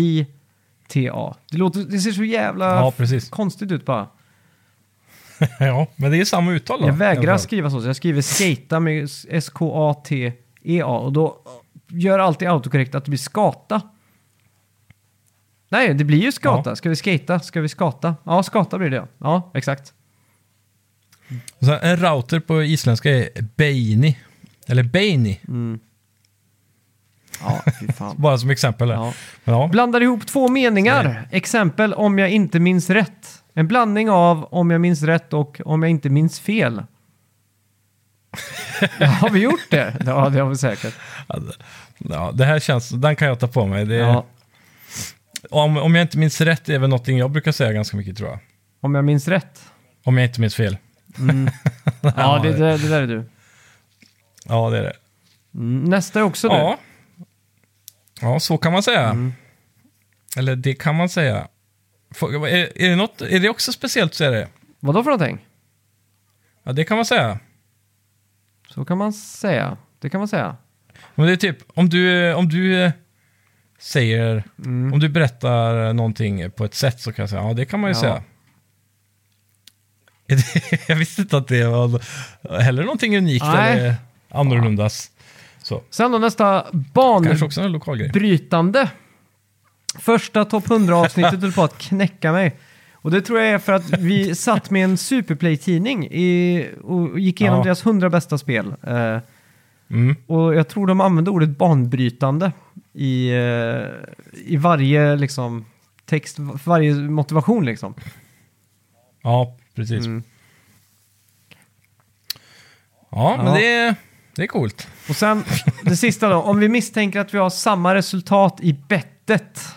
Speaker 1: S-K-E-J-T-A. Det, låter, det ser så jävla
Speaker 2: Ja, precis.
Speaker 1: konstigt ut bara.
Speaker 2: [LAUGHS] ja, men det är samma uttal då.
Speaker 1: Jag
Speaker 2: i
Speaker 1: vägrar
Speaker 2: alla fall.
Speaker 1: skriva så, så jag skriver skata med S-K-A-T-E-A E och då gör alltid autokorrekt att det blir skata. Nej, det blir ju skata. Ska vi skata? Ska vi skata? Ja, skata blir det ja. Ja, exakt.
Speaker 2: Och sen, en router på isländska är beini. Eller beini,
Speaker 1: Mm. Ja, fy fan.
Speaker 2: bara som exempel. här.
Speaker 1: Ja.
Speaker 2: Ja.
Speaker 1: [LAUGHS] Blandar ihop två meningar. Exempel om jag inte minns rätt. En blandning av om jag minns rätt och om jag inte minns [LAUGHS] fel. Ja, har vi gjort det? Ja, det har vi säkert.
Speaker 2: Ja, det här känns, den kan jag ta på mig. Det,
Speaker 1: Ja,
Speaker 2: om, om jag inte minns rätt är väl någonting jag brukar säga ganska mycket tror jag.
Speaker 1: om jag minns rätt.
Speaker 2: Om jag inte minns fel.
Speaker 1: Ja, det, det, det där är du.
Speaker 2: Ja, det är det.
Speaker 1: Mm, Nästa är också
Speaker 2: Ja. ja, så kan man säga.
Speaker 1: Mm.
Speaker 2: Eller det kan man säga. Får- Är, är, det något, är det också speciellt så är det.
Speaker 1: du. Vadå för någonting?
Speaker 2: Ja, det kan man säga.
Speaker 1: Så kan man säga. Det kan man säga.
Speaker 2: Men det är typ, om du, om du eh, säger,
Speaker 1: Mm.
Speaker 2: om du berättar någonting på ett sätt så kan jag säga, ja det kan man ju
Speaker 1: Ja.
Speaker 2: säga. [LAUGHS] Är det- Jag visste inte att det var heller någonting unikt
Speaker 1: Nej.
Speaker 2: eller annorlundas. Så,
Speaker 1: Sen då nästa
Speaker 2: kanske också en lokal grej.
Speaker 1: banbrytande. Första topp
Speaker 2: [LAUGHS]
Speaker 1: 100-avsnittet höll på att knäcka mig. Och det tror jag är för att vi satt med en Superplay-tidning i, och gick igenom
Speaker 2: Ja.
Speaker 1: deras 100 bästa spel. Eh,
Speaker 2: Mm.
Speaker 1: och jag tror de använde ordet banbrytande i, eh, i varje liksom, text, för varje motivation liksom.
Speaker 2: Ja, precis.
Speaker 1: Mm.
Speaker 2: Ja, men
Speaker 1: Ja.
Speaker 2: Det, det är coolt.
Speaker 1: Och sen det sista då. Om vi misstänker att vi har samma resultat i bettet.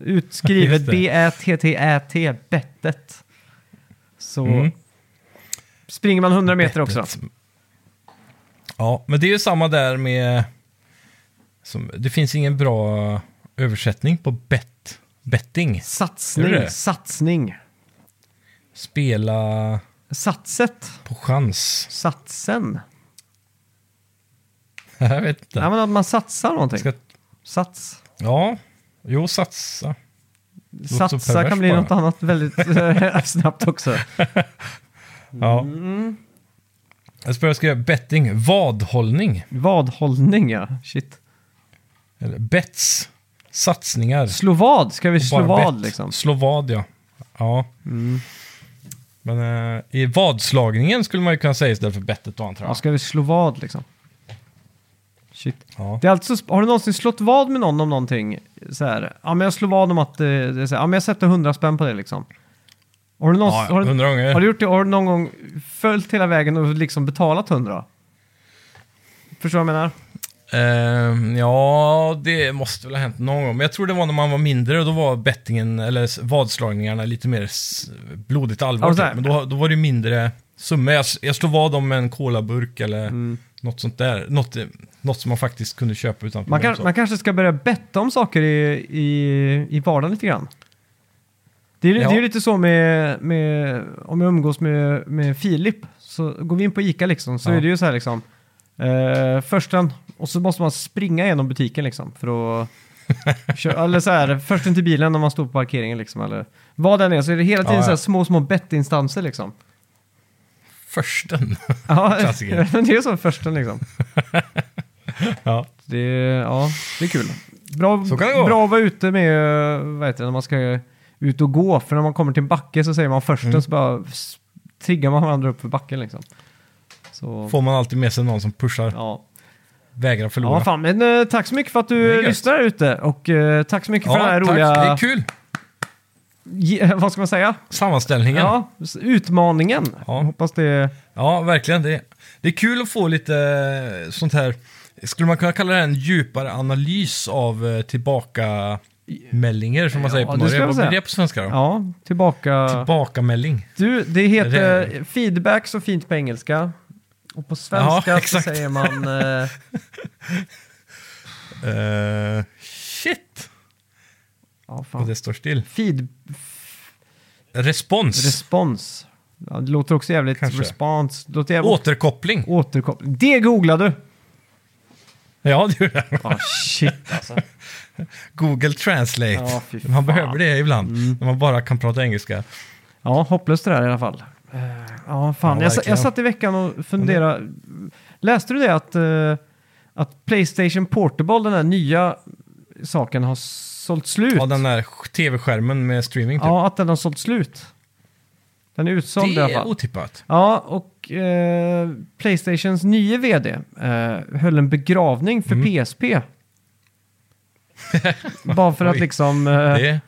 Speaker 1: Utskrivet
Speaker 2: Just det.
Speaker 1: B-Ä-T-T-Ä-T, bettet. Så
Speaker 2: Mm.
Speaker 1: springer man 100 meter också.
Speaker 2: Ja, men det är ju samma där med... Som, det finns ingen bra översättning på bet, betting. Är det
Speaker 1: Satsning,
Speaker 2: det?
Speaker 1: satsning.
Speaker 2: Spela
Speaker 1: Satset,
Speaker 2: på chans. [LAUGHS]
Speaker 1: satsen.
Speaker 2: Jag vet inte.
Speaker 1: Ja, men att man satsar någonting.
Speaker 2: Ska-
Speaker 1: Sats.
Speaker 2: Ja, jo, satsa. så
Speaker 1: Satsa kan
Speaker 2: perverst
Speaker 1: bli
Speaker 2: bara.
Speaker 1: något annat väldigt eh, [LAUGHS] snabbt också.
Speaker 2: Ja. Jag ska jag skriva betting, vadhållning.
Speaker 1: Vadhållning ja, shit.
Speaker 2: Eller bets, satsningar.
Speaker 1: Slå vad, ska vi slå
Speaker 2: Bara
Speaker 1: vad
Speaker 2: bett.
Speaker 1: liksom? Mm.
Speaker 2: Slå vad, ja. Ja. Men eh, i vadslagningen skulle man ju kunna säga istället för bettet då, antar
Speaker 1: Ja,
Speaker 2: jag.
Speaker 1: ska vi slå vad liksom? Shit.
Speaker 2: Ja.
Speaker 1: Det är alltså, har du någonsin slått vad med någon om någonting? Så här, ja men jag slår vad om att, eh, det är så här, ja men jag sätter hundra spänn på det liksom. Har du, någonsin,
Speaker 2: Ja,
Speaker 1: har, du,
Speaker 2: hundra gånger.
Speaker 1: har du gjort det, har du någon gång följt hela vägen och liksom betalat hundra? Förstår du vad jag menar?
Speaker 2: Ehm, ja, det måste väl ha hänt någon gång. Men jag tror det var när man var mindre och då var bettingen, eller s- vadslagningarna, lite mer s- blodigt allvar.
Speaker 1: Ja, så här.
Speaker 2: typ. Men då, då var det ju mindre summor. Jag, s- jag slog vad om en colaburk eller
Speaker 1: Mm.
Speaker 2: något sånt där. Något, eh, något som man faktiskt kunde köpa utan
Speaker 1: Man,
Speaker 2: problem,
Speaker 1: kan,
Speaker 2: så.
Speaker 1: man kanske ska börja betta om saker i, i, i vardagen lite grann. Det är, ju-
Speaker 2: Ja.
Speaker 1: det är ju lite så med, med, om jag umgås med, med Filip, så går vi in på Ica liksom, så
Speaker 2: Ja.
Speaker 1: är det ju så här liksom, eh, försten, Och så måste man springa genom butiken liksom
Speaker 2: [LAUGHS]
Speaker 1: för att köra, eller så här, först in till bilen när man står på parkeringen liksom, eller vad den är. Så är det hela tiden
Speaker 2: Ja, ja.
Speaker 1: så här små, små bettinstanser
Speaker 2: [LAUGHS]
Speaker 1: liksom. [LAUGHS]
Speaker 2: Försten.
Speaker 1: Ja,
Speaker 2: Klassiker.
Speaker 1: [LAUGHS] men det är så försten liksom.
Speaker 2: ja.
Speaker 1: Det, är- ja, det är kul. Bra,
Speaker 2: Så kan det gå.
Speaker 1: bra att vara ute med, vad heter det, när man ska ut och gå. För när man kommer till en backe så säger man försten
Speaker 2: Mm.
Speaker 1: så bara s- triggar man varandra upp för backen liksom. Så,
Speaker 2: Får man alltid med sig någon som pushar,
Speaker 1: ja.
Speaker 2: vägrar förlora.
Speaker 1: ja, fan. Men eh, tack så mycket för att
Speaker 2: Det är
Speaker 1: du
Speaker 2: gött.
Speaker 1: lyssnar ute. Och eh, tack så mycket för den här
Speaker 2: Ja, tack. Det
Speaker 1: roliga,
Speaker 2: är kul.
Speaker 1: ge- [LAUGHS] vad ska man säga?
Speaker 2: Sammanställningen. Ja.
Speaker 1: Ja, s- utmaningen.
Speaker 2: Ja.
Speaker 1: Hoppas det...
Speaker 2: verkligen. Det, det är kul att få lite eh, sånt här, skulle man kunna kalla det här en djupare analys av eh, tillbaka mällinger som man
Speaker 1: Ja,
Speaker 2: säger på
Speaker 1: det skulle
Speaker 2: Norge.
Speaker 1: jag
Speaker 2: Vad
Speaker 1: säga.
Speaker 2: blir det på svenska då?
Speaker 1: Ja, tillbaka.
Speaker 2: Tillbakamälling.
Speaker 1: Du, det heter
Speaker 2: Det-
Speaker 1: feedback så fint på engelska. Och på svenska
Speaker 2: Ja,
Speaker 1: så
Speaker 2: exakt.
Speaker 1: säger man... Eh,
Speaker 2: Uh, shit!
Speaker 1: ja,
Speaker 2: Och
Speaker 1: fan.
Speaker 2: det står still.
Speaker 1: Feed,
Speaker 2: Respons.
Speaker 1: respons. Ja, det låter också jävligt...
Speaker 2: Kanske.
Speaker 1: Respons. Det låter jävligt...
Speaker 2: Återkoppling.
Speaker 1: Återkoppling. Det googlar du!
Speaker 2: Ja, det [LAUGHS] gjorde jag.
Speaker 1: Ja, shit alltså.
Speaker 2: Google Translate.
Speaker 1: Ja, fy fan. Mm.
Speaker 2: man behöver det ibland, när man bara kan prata engelska.
Speaker 1: [LAUGHS] Ja, hopplöst det där i alla fall. Eh, ja, fan.
Speaker 2: Ja,
Speaker 1: jag, sa-
Speaker 2: verkligen.
Speaker 1: jag satt i veckan och funderade. Läste du det att, eh, att Playstation Portable, den här nya saken, har sålt slut?
Speaker 2: Ja, den där tv-skärmen med streaming typ.
Speaker 1: Ja, att den har sålt slut. Den är utsåld i
Speaker 2: det
Speaker 1: alla
Speaker 2: är
Speaker 1: fall.
Speaker 2: otippat.
Speaker 1: Ja, och eh, Playstations nye vd eh, höll en begravning
Speaker 2: Mm.
Speaker 1: för PSP.
Speaker 2: [LAUGHS]
Speaker 1: Bara för att
Speaker 2: Oj.
Speaker 1: liksom... Eh,
Speaker 2: Det, är-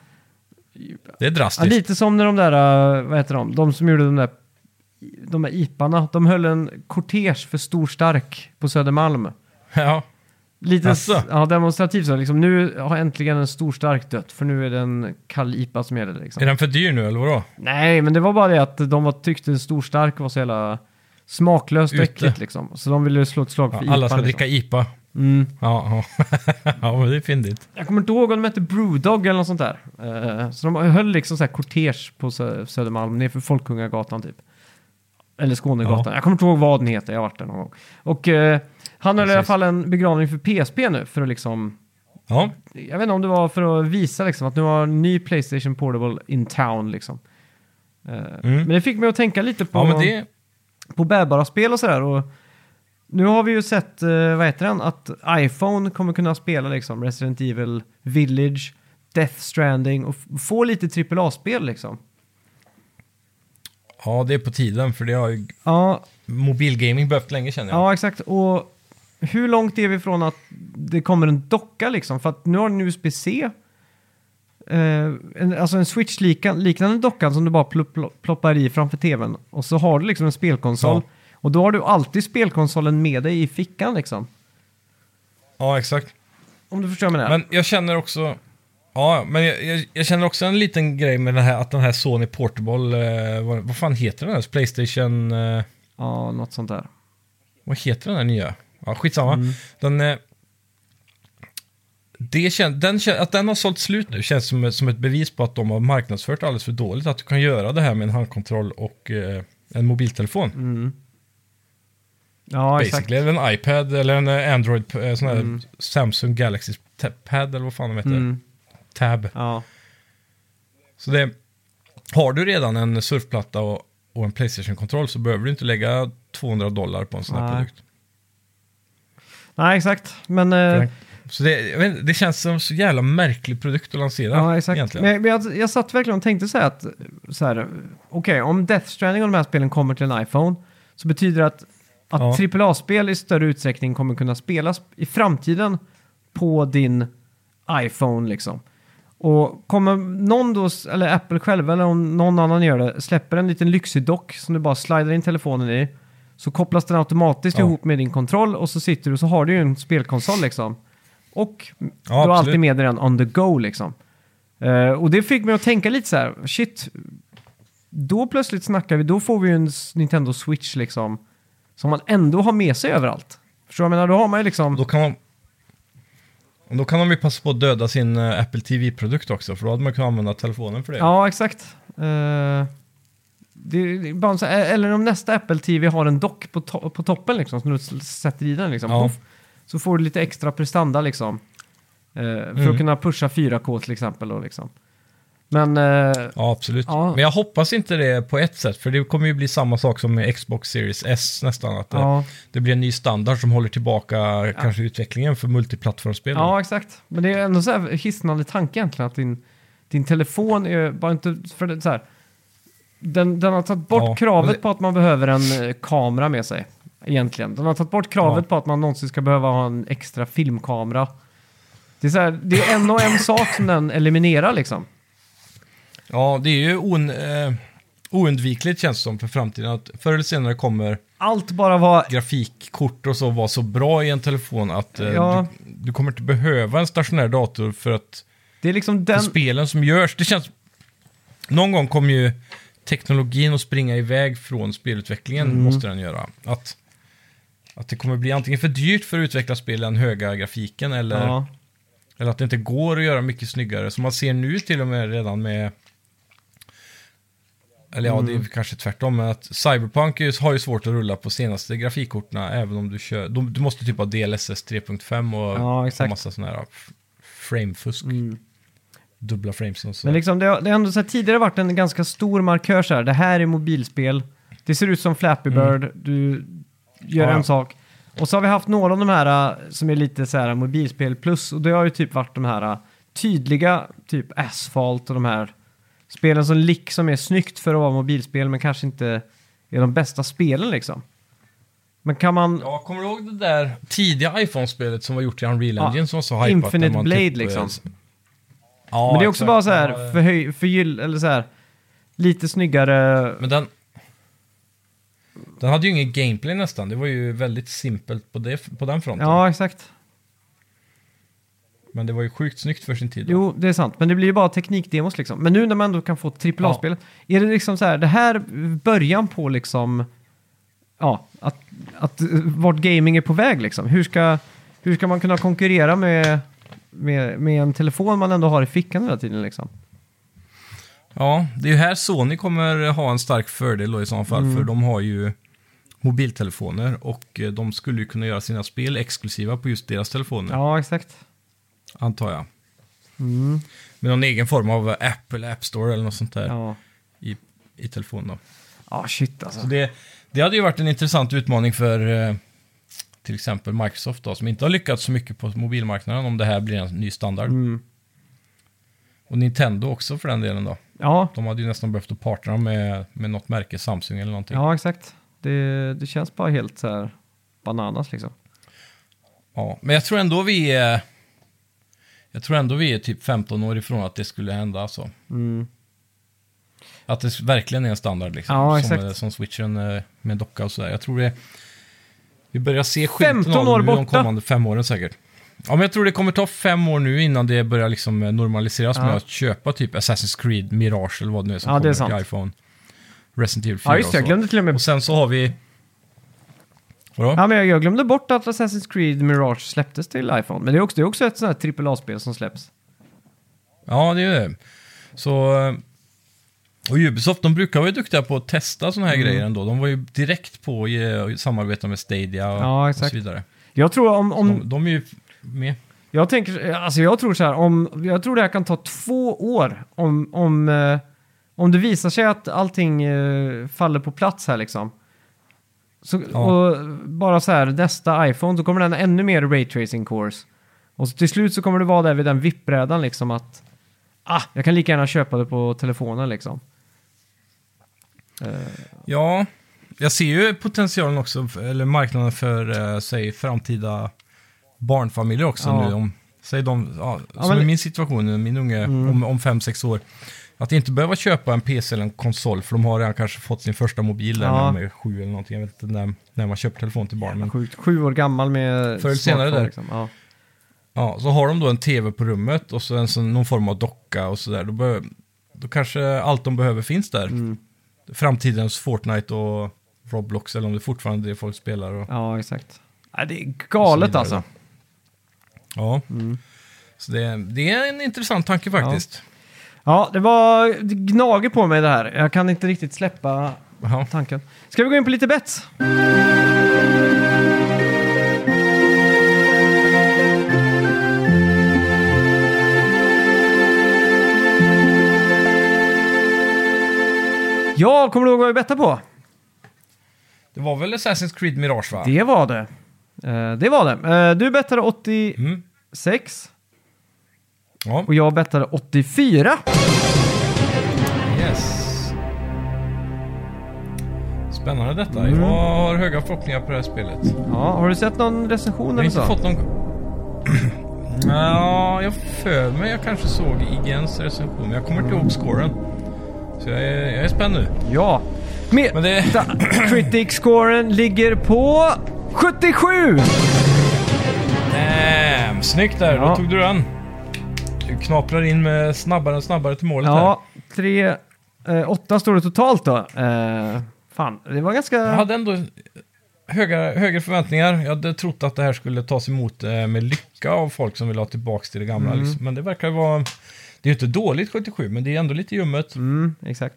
Speaker 2: det är
Speaker 1: ja,
Speaker 2: drastiskt.
Speaker 1: lite som när de där, eh, vad heter de, de som gjorde de där, de där IParna. De höll en kortege för Stor Stark på Södermalm.
Speaker 2: Ja,
Speaker 1: Lite
Speaker 2: Asså?
Speaker 1: ja, demonstrativt så, liksom, nu har äntligen en Stor Stark dött, för nu är det en kall IPA som gäller. Liksom.
Speaker 2: är den för dyr nu eller vadå?
Speaker 1: Nej, men det var bara det att de var, tyckte Stor Stark var så jävla smaklöst och
Speaker 2: Ute.
Speaker 1: äckligt liksom. Så de ville slå ett slag för
Speaker 2: Ja,
Speaker 1: IPA.
Speaker 2: alla ska
Speaker 1: liksom.
Speaker 2: dricka IPA.
Speaker 1: Mm.
Speaker 2: Ja, ja. [LAUGHS] ja, men det är fyndigt.
Speaker 1: Jag kommer inte ihåg om de hette Brewdog eller något sånt där. Eh, så de höll liksom så här kortege på Sö- Södermalm, nerför Folkungagatan typ. Eller Skånegatan. Jag kommer inte ihåg vad den heter, jag har varit där någon gång. Och eh, han höll i alla
Speaker 2: Precis.
Speaker 1: fall en begravning för PSP nu, för att liksom...
Speaker 2: Ja,
Speaker 1: Jag vet inte om det var för att visa liksom att nu har en ny Playstation Portable in town liksom. Eh, Men det fick mig att tänka lite på...
Speaker 2: Mm. ja men det...
Speaker 1: på bärbara spel och sådär. Och nu har vi ju sett, eh, vad heter den, att iPhone kommer kunna spela liksom Resident Evil Village, Death Stranding och f- få lite AAA-spel liksom.
Speaker 2: Ja, det är på tiden för det har ju
Speaker 1: Ja,
Speaker 2: mobilgaming behövt länge känner jag.
Speaker 1: ja exakt. Och hur långt är vi från att det kommer en docka liksom? För att nu har den USB-C. Eh, en, alltså en Switch-liknande docka som du bara pl- pl- ploppar i framför tvn. Och så har du liksom en spelkonsol.
Speaker 2: Ja.
Speaker 1: Och då har du alltid spelkonsolen med dig i fickan liksom.
Speaker 2: Ja, exakt.
Speaker 1: Om du förstår vad jag menar.
Speaker 2: Men jag känner också... Ja, men jag, jag, jag känner också en liten grej med den här, att den här Sony Portable, eh, vad, vad fan heter den här? Playstation... Eh,
Speaker 1: Ja, något sånt där.
Speaker 2: vad heter den här nya? Ja, skitsamma.
Speaker 1: Mm.
Speaker 2: Den, eh, det kän, den, kän- att den har sålt slut nu känns som, som ett bevis på att de har marknadsfört alldeles för dåligt. Att du kan göra det här med en handkontroll och eh, en mobiltelefon.
Speaker 1: Ja, Mm, exakt.
Speaker 2: basically. Eller en iPad eller en eh, Android, eh, sån här Samsung Galaxy Ta- Pad eller vad fan de heter.
Speaker 1: Mm.
Speaker 2: Tab.
Speaker 1: Ja.
Speaker 2: Så det, har du redan en surfplatta och, och en Playstation-kontroll så behöver du inte lägga 200 dollar på en sån här
Speaker 1: Nej.
Speaker 2: produkt.
Speaker 1: Nej, exakt. Men, eh,
Speaker 2: Så det, jag vet, inte, det känns som en så jävla märklig produkt att lansera.
Speaker 1: ja, exakt.
Speaker 2: egentligen.
Speaker 1: men, men jag, jag satt verkligen och tänkte så här att, så här, okej, om Death Stranding och de här spelen kommer till en iPhone så betyder det att, att AAA-spel i större utsträckning kommer kunna spelas i framtiden på din iPhone liksom. Och kommer någon då, s- eller Apple själva eller om någon annan gör det, släpper en liten lyxig dock som du bara slidar in telefonen i. Så kopplas den automatiskt
Speaker 2: Ja.
Speaker 1: ihop med din kontroll och så sitter du och så har du ju en spelkonsol liksom. Och du har
Speaker 2: absolut.
Speaker 1: alltid med dig den on the go liksom. Eh, och det fick mig att tänka lite så här, shit, då plötsligt snackar vi, då får vi ju en s- Nintendo Switch liksom. Som man ändå har med sig överallt. Förstår du vad jag menar? Då har man ju liksom...
Speaker 2: Och Då kan man... och Då kan de ju passa på att döda sin eh, Apple TV-produkt också, för då hade man kunnat använda telefonen för det.
Speaker 1: Ja, exakt. Eh, det, det är bara så, eller om nästa Apple TV har en dock på, to på toppen liksom, som du s- sätter i den liksom.
Speaker 2: Ja.
Speaker 1: Poff. Så får du lite extra prestanda liksom. Eh, för att
Speaker 2: Mm.
Speaker 1: kunna pusha 4K till exempel. Då, liksom. Men eh,
Speaker 2: Ja, absolut.
Speaker 1: Ja.
Speaker 2: Men jag hoppas inte det på ett sätt, för det kommer ju bli samma sak som med Xbox Series S nästan. Att det-
Speaker 1: ja,
Speaker 2: det blir en ny standard som håller tillbaka kanske utvecklingen för multiplattformsspel.
Speaker 1: ja, exakt. Men det är ändå så här hisnande tanke egentligen att din, din telefon är bara inte... För det, så här, den, den har tagit bort
Speaker 2: Ja,
Speaker 1: kravet
Speaker 2: men det-
Speaker 1: på att man behöver en eh, kamera med sig. Egentligen. Den har tagit bort kravet
Speaker 2: Ja.
Speaker 1: på att man någonsin ska behöva ha en extra filmkamera. Det är, så här, det är en och en sak som den eliminerar liksom.
Speaker 2: Ja, det är ju on, eh, oundvikligt känns det som för framtiden. Att förr eller senare kommer
Speaker 1: Allt bara var
Speaker 2: grafikkort och så vara så bra i en telefon att eh,
Speaker 1: Ja.
Speaker 2: du, du kommer inte behöva en stationär dator för att
Speaker 1: Det är liksom
Speaker 2: för
Speaker 1: den...
Speaker 2: spelen som görs, det känns... Någon gång kommer ju teknologin att springa iväg från spelutvecklingen,
Speaker 1: Mm.
Speaker 2: måste den göra. Att, att det kommer bli antingen för dyrt för att utveckla spelen, höga grafiken, eller...
Speaker 1: Ja,
Speaker 2: Eller att det inte går att göra mycket snyggare. Som man ser nu till och med redan med... Eller ja,
Speaker 1: Mm.
Speaker 2: det är kanske tvärtom. Men att Cyberpunk är ju- har ju svårt att rulla på senaste grafikkorten. Även om du kör... de- Du måste typ ha DLSS 3.5 och
Speaker 1: Ja,
Speaker 2: och
Speaker 1: exakt. Mm.
Speaker 2: massa sådana här f- framefusk. Dubbla frames och så.
Speaker 1: men liksom det har, det har ändå så här, tidigare varit en ganska stor markör så här. Det här är mobilspel. Det ser ut som Flappy Bird. Du gör
Speaker 2: Mm. Ja, ja.
Speaker 1: en sak. Och så har vi haft några av de här äh, som är lite så här mobilspel plus. Och det har ju typ varit de här äh, tydliga, typ Asphalt och de här spelen som lik som är snyggt för att vara mobilspel men kanske inte är de bästa spelen liksom. Men kan man...
Speaker 2: Ja, kommer du ihåg det där tidiga iPhone-spelet som var gjort i Unreal
Speaker 1: Ja,
Speaker 2: Engine som var så hypat?
Speaker 1: Infinite
Speaker 2: när man
Speaker 1: Blade,
Speaker 2: eh,
Speaker 1: liksom.
Speaker 2: s- Ja,
Speaker 1: men det är också
Speaker 2: exakt.
Speaker 1: bara så här
Speaker 2: Ja,
Speaker 1: förhöj, förgyll, eller så här lite snyggare
Speaker 2: Men den... Den hade ju ingen gameplay nästan. Det var ju väldigt simpelt på, det, på den fronten.
Speaker 1: Ja, exakt.
Speaker 2: Men det var ju sjukt snyggt för sin tid. då.
Speaker 1: Jo, det är sant. Men det blir ju bara teknikdemos liksom. Men nu när man ändå kan få AAA-spel, är det liksom så här, det här början på liksom, ja, att, att eh, vart gaming är på väg liksom. Hur ska, hur ska man kunna konkurrera med, med, med en telefon man ändå har i fickan hela tiden liksom?
Speaker 2: Ja, det är ju här Sony kommer ha en stark fördel då i så fall.
Speaker 1: Mm.
Speaker 2: För de har ju mobiltelefoner och eh, de skulle ju kunna göra sina spel exklusiva på just deras telefoner.
Speaker 1: Ja, exakt.
Speaker 2: Antar jag.
Speaker 1: Mm.
Speaker 2: Med någon egen form av app eller app store eller något sånt där
Speaker 1: Ja,
Speaker 2: i, i telefonen då.
Speaker 1: ja shit alltså.
Speaker 2: Så det, det hade ju varit en intressant utmaning för eh, till exempel Microsoft då, som inte har lyckats så mycket på mobilmarknaden om det här blir en ny standard.
Speaker 1: Mm.
Speaker 2: Och Nintendo också för den delen då.
Speaker 1: Ja,
Speaker 2: De hade ju nästan behövt att partnera med, med något märke, Samsung eller någonting. Ja.
Speaker 1: ja, exakt. Det, det känns bara helt så här bananas liksom.
Speaker 2: Men jag tror ändå vi är... Jag tror ändå vi är typ 15 år ifrån att det skulle hända alltså.
Speaker 1: Mm.
Speaker 2: Att det verkligen är en standard liksom.
Speaker 1: Ja,
Speaker 2: som,
Speaker 1: exakt.
Speaker 2: eh, som switchen eh, med docka och sådär. Jag tror det... Vi börjar se
Speaker 1: 15
Speaker 2: skymten av
Speaker 1: år
Speaker 2: det nu de
Speaker 1: borta.
Speaker 2: kommande fem åren säkert. Ja, men jag tror det kommer ta fem år nu innan det börjar liksom eh, normaliseras
Speaker 1: Ja.
Speaker 2: med att köpa typ Assassin's Creed, Mirage eller vad det nu är som
Speaker 1: Ja, det är
Speaker 2: kommer
Speaker 1: sant.
Speaker 2: till iPhone. Resident Evil 4
Speaker 1: Ja, just det,
Speaker 2: och
Speaker 1: jag
Speaker 2: så.
Speaker 1: glömde till och med
Speaker 2: Och sen så har vi... Vadå?
Speaker 1: Ja, men jag, jag glömde bort att Assassin's Creed Mirage släpptes till iPhone. Men det är också, det är också ett sånt här AAA-spel som släpps.
Speaker 2: Ja, det är det. Så... eh, Och Ubisoft, de brukar vara duktiga på att testa sådana
Speaker 1: Mm.
Speaker 2: här grejer ändå. De var ju direkt på att ge- samarbeta med Stadia och,
Speaker 1: Ja,
Speaker 2: och
Speaker 1: exakt.
Speaker 2: så vidare.
Speaker 1: Jag tror om... om
Speaker 2: De, de är ju med.
Speaker 1: jag, tänker, alltså jag tror så här, om, jag tror det här kan ta två år om, om, eh, om det visar sig att allting eh, faller på plats här liksom. Så,
Speaker 2: Ja.
Speaker 1: Och bara så här, nästa iPhone, så kommer den ha ännu mer raytracing cores. Och så till slut så kommer det vara där vid den vippbrädan liksom att... Ah, jag kan lika gärna köpa det på telefonen liksom. Eh,
Speaker 2: Ja, jag ser ju potentialen också, för- eller marknaden för, eh, säg framtida barnfamiljer också
Speaker 1: Ja.
Speaker 2: nu. Om, säg de, ja, som
Speaker 1: men- Mm.
Speaker 2: i min situation nu, min unge, om, om fem, sex år. Att inte behöva köpa en PC eller en konsol, för de har redan kanske fått sin första mobil där
Speaker 1: Ja.
Speaker 2: när de är sju eller någonting. Jag vet inte när, när man köper telefon till barn. Men,
Speaker 1: Sjukt. Sju år gammal med
Speaker 2: Förr eller senare
Speaker 1: smartphone,
Speaker 2: där.
Speaker 1: Liksom. Ja.
Speaker 2: ja, så har de då en TV på rummet och så en, sån- någon form av docka och sådär. Då, behö- då kanske allt de behöver finns där.
Speaker 1: Mm.
Speaker 2: Framtidens Fortnite och Roblox, eller om det fortfarande är det folk spelar. Och,
Speaker 1: ja, exakt. Ja, det är galet
Speaker 2: Och så vidare.
Speaker 1: alltså.
Speaker 2: Ja.
Speaker 1: Mm.
Speaker 2: Så det, det är en intressant tanke faktiskt.
Speaker 1: Ja, det var det gnager på mig det här. Jag kan inte riktigt släppa
Speaker 2: Ja.
Speaker 1: tanken. Ska vi gå in på lite bets? Ja, kommer du ihåg vad vi bettade på?
Speaker 2: Det var väl Assassin's Creed Mirage va?
Speaker 1: Det var det. Eh, det var det. Eh, du bettade 86
Speaker 2: Mm. Ja,
Speaker 1: och jag bettade 84.
Speaker 2: yes. Spännande detta.
Speaker 1: Mm.
Speaker 2: Jag har höga förhoppningar på det här spelet.
Speaker 1: Ja, har du sett någon recension
Speaker 2: Jag har
Speaker 1: eller
Speaker 2: inte
Speaker 1: så?
Speaker 2: fått någon... [CLEARS THROAT] Ja, jag för mig jag kanske såg IGNs recension, men jag kommer inte ihåg scoren. Så jag är, jag är spänd nu.
Speaker 1: Ja. Med
Speaker 2: Men det...
Speaker 1: Critic-scoren ligger på 77!
Speaker 2: Damn, snyggt där,
Speaker 1: Ja.
Speaker 2: då tog du den. Du knaprar in med snabbare och snabbare till målet här.
Speaker 1: Ja, 3... 8 står det totalt då. Eh, fan, det var ganska...
Speaker 2: Jag hade ändå höga, högre förväntningar. Jag hade trott att det här skulle tas emot eh, med lycka av folk som vill ha tillbaka till det gamla.
Speaker 1: Mm.
Speaker 2: Liksom. Men det verkar ju vara... Det är ju inte dåligt 77, men det är ändå lite ljummet.
Speaker 1: Mm, exakt.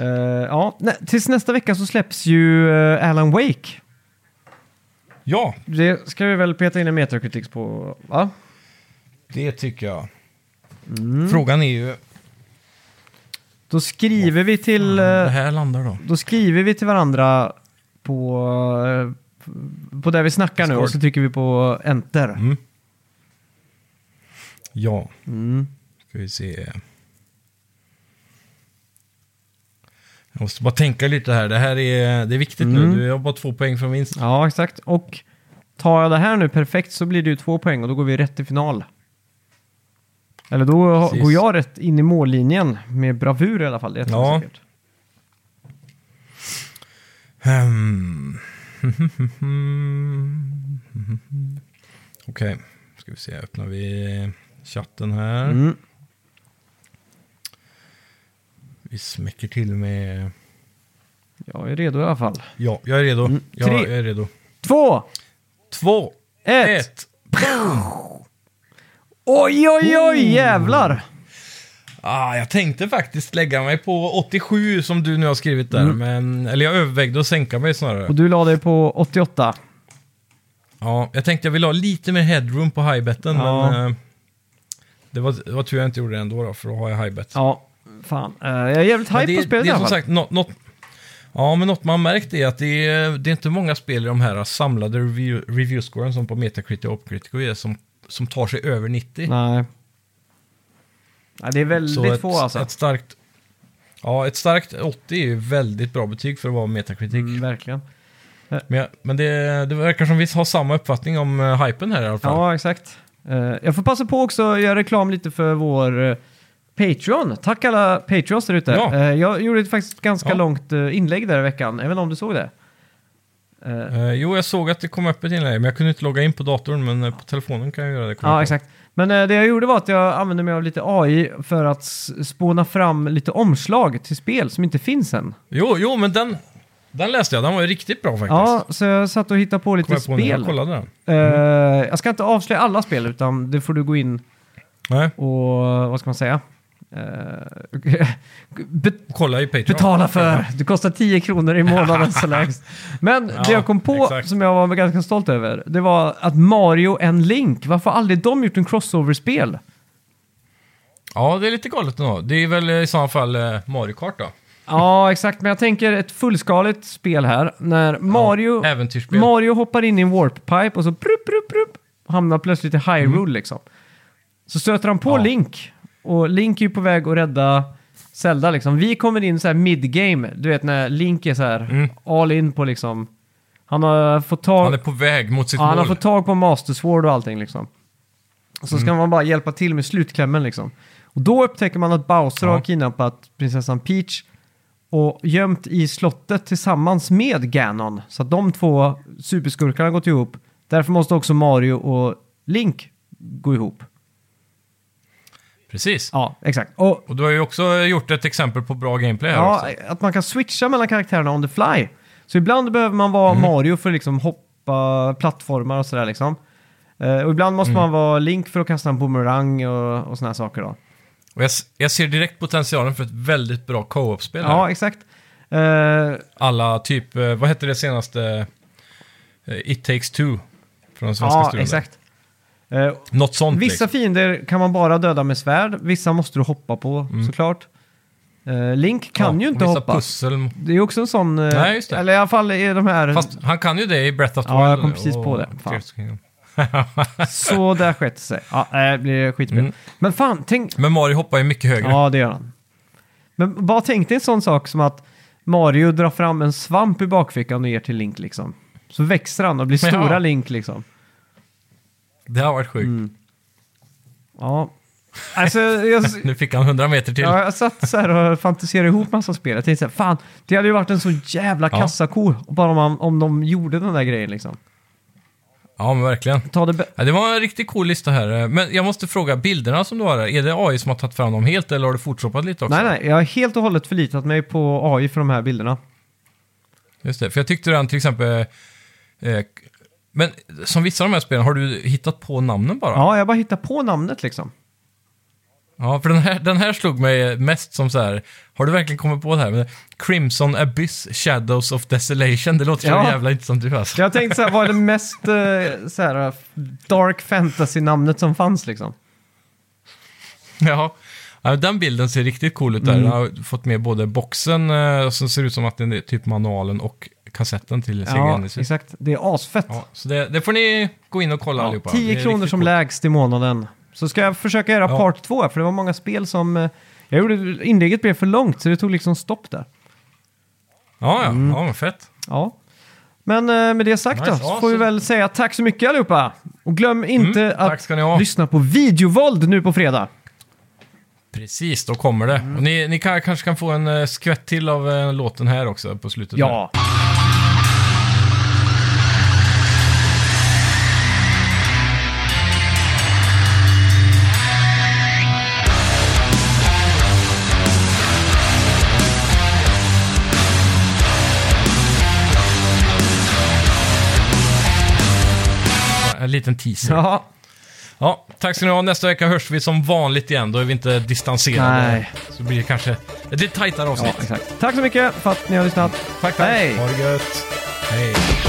Speaker 1: Eh, ja, nä, tills nästa vecka så släpps ju eh, Alan Wake.
Speaker 2: Ja,
Speaker 1: Det ska vi väl peta in en Metacritics på, va?
Speaker 2: det tycker jag.
Speaker 1: Mm.
Speaker 2: Frågan är ju...
Speaker 1: Då skriver vi till...
Speaker 2: Det
Speaker 1: eh,
Speaker 2: här landar då.
Speaker 1: Då skriver vi till varandra på... eh, På där vi snackar nu
Speaker 2: Discord.
Speaker 1: och så trycker vi på enter.
Speaker 2: Ja,
Speaker 1: Mm.
Speaker 2: ska vi se. Jag måste bara tänka lite här. Det här är, det är viktigt
Speaker 1: Mm.
Speaker 2: nu. Du jag har bara två poäng från vinst.
Speaker 1: Ja, exakt. Och tar jag det här nu perfekt så blir det ju två poäng och då går vi rätt till final. Eller då har-
Speaker 2: Precis.
Speaker 1: går jag rätt in i mållinjen med bravur i alla fall. Det tror jag
Speaker 2: Ja.
Speaker 1: säkert.
Speaker 2: Ehm. [LAUGHS] Okej, ska vi se. Öppnar vi chatten här.
Speaker 1: Mm.
Speaker 2: Vi smäcker till med...
Speaker 1: Jag är redo i alla fall.
Speaker 2: Ja, jag är redo. Ja,
Speaker 1: Mm. Tre.
Speaker 2: jag är redo.
Speaker 1: Två,
Speaker 2: Två,
Speaker 1: ett.
Speaker 2: ett.
Speaker 1: Oj, oj, oj, jävlar!
Speaker 2: Ah, jag tänkte faktiskt lägga mig på 87 som du nu har skrivit där. Men, eller jag övervägde att sänka mig snarare.
Speaker 1: Mm. Och du la dig på 88.
Speaker 2: Ja, jag tänkte jag ville ha lite mer headroom på highbetten,
Speaker 1: Ja.
Speaker 2: men eh, det, var, det var tur jag inte gjorde det ändå då, för då har jag highbet.
Speaker 1: Ja, fan. Eh, jag är jävligt
Speaker 2: Men
Speaker 1: hype på spelet
Speaker 2: det
Speaker 1: i
Speaker 2: är
Speaker 1: alla
Speaker 2: som
Speaker 1: fall.
Speaker 2: sagt något, något, Ja, men något man har märkt är att det är, det är inte många spel i de här samlade review, review-scoren som på Metacritic och Opcritico är som, som tar sig över 90.
Speaker 1: [LAUGHS] Nej. Nej, det är
Speaker 2: Så
Speaker 1: väldigt
Speaker 2: ett,
Speaker 1: få alltså.
Speaker 2: ett starkt... Ja, ett starkt 80 är ju väldigt bra betyg för att vara Metacritic.
Speaker 1: Mm, verkligen.
Speaker 2: Men, jag- men det, det verkar som vi har samma uppfattning om uh, hypen här i alla fall.
Speaker 1: Ja, exakt. Eh, jag får passa på också att göra reklam lite för vår eh, Patreon. Tack alla Patreons där ute.
Speaker 2: Ja.
Speaker 1: Eh, jag gjorde ett faktiskt ganska
Speaker 2: Ja.
Speaker 1: långt eh, inlägg där i veckan. Även om du såg det. Eh,
Speaker 2: Eh, jo, jag såg att det kom upp ett inlägg, men jag kunde inte logga in på datorn, men eh, på telefonen kan jag göra det. kommer jag
Speaker 1: Ja,
Speaker 2: på.
Speaker 1: exakt. Men eh, det jag gjorde var att jag använde mig av lite AI för att s- spåna fram lite omslag till spel som inte finns än.
Speaker 2: Jo, jo, men den, den läste jag. Den var ju riktigt bra faktiskt.
Speaker 1: Ja, så jag satt och hittade på lite
Speaker 2: Kom jag på när
Speaker 1: spel.
Speaker 2: jag Mm. kollade den.
Speaker 1: Eh, jag ska inte avslöja alla spel, utan det får du gå in
Speaker 2: Nej,
Speaker 1: och, vad ska man säga? Eh, [LAUGHS] be-
Speaker 2: kolla i Patreon.
Speaker 1: betala för! Det kostar 10 kronor i månaden så lägst. Men
Speaker 2: Ja,
Speaker 1: det jag kom på,
Speaker 2: exakt.
Speaker 1: som jag var ganska stolt över, det var att Mario and Link, varför har aldrig de gjort en crossover-spel?
Speaker 2: Ja, det är lite galet ändå. Det är väl eh, i sådana fall eh, Mario Kart då.
Speaker 1: Ja, exakt. Men jag tänker ett fullskaligt spel här. När Mario,
Speaker 2: Äventyrsspel.
Speaker 1: Mario hoppar in i en warp-pipe och så prup, prup, prup, hamnar plötsligt i Hyrule liksom. Så stöter han på
Speaker 2: Mm. Ja.
Speaker 1: Link. Och Link är ju på väg att rädda Zelda liksom. Vi kommer in så här mid-game. Du vet när Link är så här all in på liksom... Han har fått tag...
Speaker 2: Mm. han är på väg mot sitt
Speaker 1: Ja, han har
Speaker 2: mål.
Speaker 1: fått tag på Master Sword och allting liksom. Och så ska man bara hjälpa till med slutklämmen liksom. Och då upptäcker man att Bowser
Speaker 2: Ja.
Speaker 1: har kidnappat prinsessan Peach och gömt i slottet tillsammans med Ganon. Så att de två superskurkarna har gått ihop. Därför måste också Mario och Link gå ihop.
Speaker 2: Precis.
Speaker 1: Ja, exakt. Och
Speaker 2: Och du har ju också gjort ett exempel på bra gameplay här
Speaker 1: ja,
Speaker 2: också.
Speaker 1: att man kan switcha mellan karaktärerna on the fly. Så ibland behöver man vara
Speaker 2: Mhm.
Speaker 1: Mario för att liksom hoppa plattformar och sådär liksom. Eh, och ibland
Speaker 2: Mhm.
Speaker 1: måste man vara Link för att kasta en boomerang och, och sådana saker då.
Speaker 2: Och jag, s- jag ser direkt potentialen för ett väldigt bra co-op-spel här.
Speaker 1: Ja, exakt. Eh,
Speaker 2: alla typ, eh, vad hette det senaste? Eh, It takes two. Från den svenska
Speaker 1: ja,
Speaker 2: studion.
Speaker 1: exakt. Eh,
Speaker 2: Något sånt
Speaker 1: vissa
Speaker 2: liksom.
Speaker 1: fiender kan man bara döda med svärd, vissa måste du hoppa på såklart. Eh, Link kan
Speaker 2: Mm. Ja,
Speaker 1: ju inte
Speaker 2: vissa
Speaker 1: hoppa.
Speaker 2: pussel.
Speaker 1: Det är också en sån... eh,
Speaker 2: Nej, just det.
Speaker 1: Eller i alla fall i de här...
Speaker 2: Fast han kan ju det i Breath of the
Speaker 1: Ja, jag
Speaker 2: Wild
Speaker 1: kom precis
Speaker 2: och
Speaker 1: på det. Fan.
Speaker 2: Tears of Kingdom.
Speaker 1: Så där skett det sig. Ja, nej, det blir skitspel.
Speaker 2: Mm.
Speaker 1: Men fan, tänk...
Speaker 2: Men Mario hoppar ju mycket högre.
Speaker 1: Ja, det gör han. Men bara tänk dig en sån sak som att Mario drar fram en svamp i bakfickan och ger till Link liksom. Så växer han och blir
Speaker 2: Ja.
Speaker 1: stora Link liksom.
Speaker 2: Det har varit sjukt.
Speaker 1: Mm. Ja. Alltså, jag,
Speaker 2: Nu fick han 100 meter till.
Speaker 1: ja, jag satt så här och fantiserade ihop massa spel. Jag tänkte så här, fan, det hade ju varit en så jävla
Speaker 2: Ja.
Speaker 1: kassako bara om, man, om de gjorde den där grejen liksom.
Speaker 2: Ja, men verkligen.
Speaker 1: Ta det bä-
Speaker 2: Ja, det var en riktigt cool lista här. Men jag måste fråga, bilderna som du har här, är det AI som har tagit fram dem helt eller har du photoshopat lite också?
Speaker 1: nej, nej, jag har helt och hållet förlitat mig på AI för de här bilderna.
Speaker 2: Just det, för jag tyckte den till exempel... Eh, men som vissa av de här spelen, har du hittat på namnen bara?
Speaker 1: Ja, jag bara hittar på namnet liksom.
Speaker 2: Ja, för den här, den här slog mig mest som så här, har du verkligen kommit på det här? Men Crimson Abyss Shadows of Desolation, det låter
Speaker 1: Ja.
Speaker 2: så jävla inte som du alltså. [LAUGHS]
Speaker 1: Jag tänkte så här, vad är det mest eh, så här, dark fantasy-namnet som fanns liksom?
Speaker 2: Ja. Ja, den bilden ser riktigt cool ut där.
Speaker 1: Mm.
Speaker 2: Den har fått med både boxen, eh, som ser ut som att den är typ manualen, och kassetten till Sega
Speaker 1: Ja,
Speaker 2: Genesis.
Speaker 1: exakt. Det är asfett.
Speaker 2: Ja, så det, det får ni gå in och kolla
Speaker 1: Ja,
Speaker 2: allihopa.
Speaker 1: 10
Speaker 2: Det är
Speaker 1: kronor
Speaker 2: riktigt
Speaker 1: som
Speaker 2: coolt.
Speaker 1: lägst i månaden. Så ska jag försöka göra
Speaker 2: Ja.
Speaker 1: part 2, för det var många spel som... eh, Jag gjorde, inlägget blev för långt, så det tog liksom stopp där.
Speaker 2: Ja, ja.
Speaker 1: Mm.
Speaker 2: ja men fett.
Speaker 1: Ja. Men eh, med det sagt
Speaker 2: Nice.
Speaker 1: då, så
Speaker 2: Ja,
Speaker 1: får vi
Speaker 2: så-
Speaker 1: väl säga tack så mycket allihopa! Och glöm inte
Speaker 2: Mm. tack
Speaker 1: att
Speaker 2: ska ni ha.
Speaker 1: lyssna på videovåld nu på fredag.
Speaker 2: Precis, då kommer det.
Speaker 1: Mm.
Speaker 2: Och ni ni kan, kanske kan få en eh, skvätt till av eh, låten här också på slutet. där.
Speaker 1: Ja.
Speaker 2: En liten teaser. Ja.
Speaker 1: ja.
Speaker 2: tack ska ni ha. Nästa vecka hörs vi som vanligt igen. Då är vi inte distanserade.
Speaker 1: Nej.
Speaker 2: Så blir det kanske ett lite tajtare
Speaker 1: ja,
Speaker 2: avsnitt.
Speaker 1: exakt. Tack så mycket för att ni har lyssnat.
Speaker 2: Tack, tack.
Speaker 1: Hej.
Speaker 2: Ha det gött. Hej.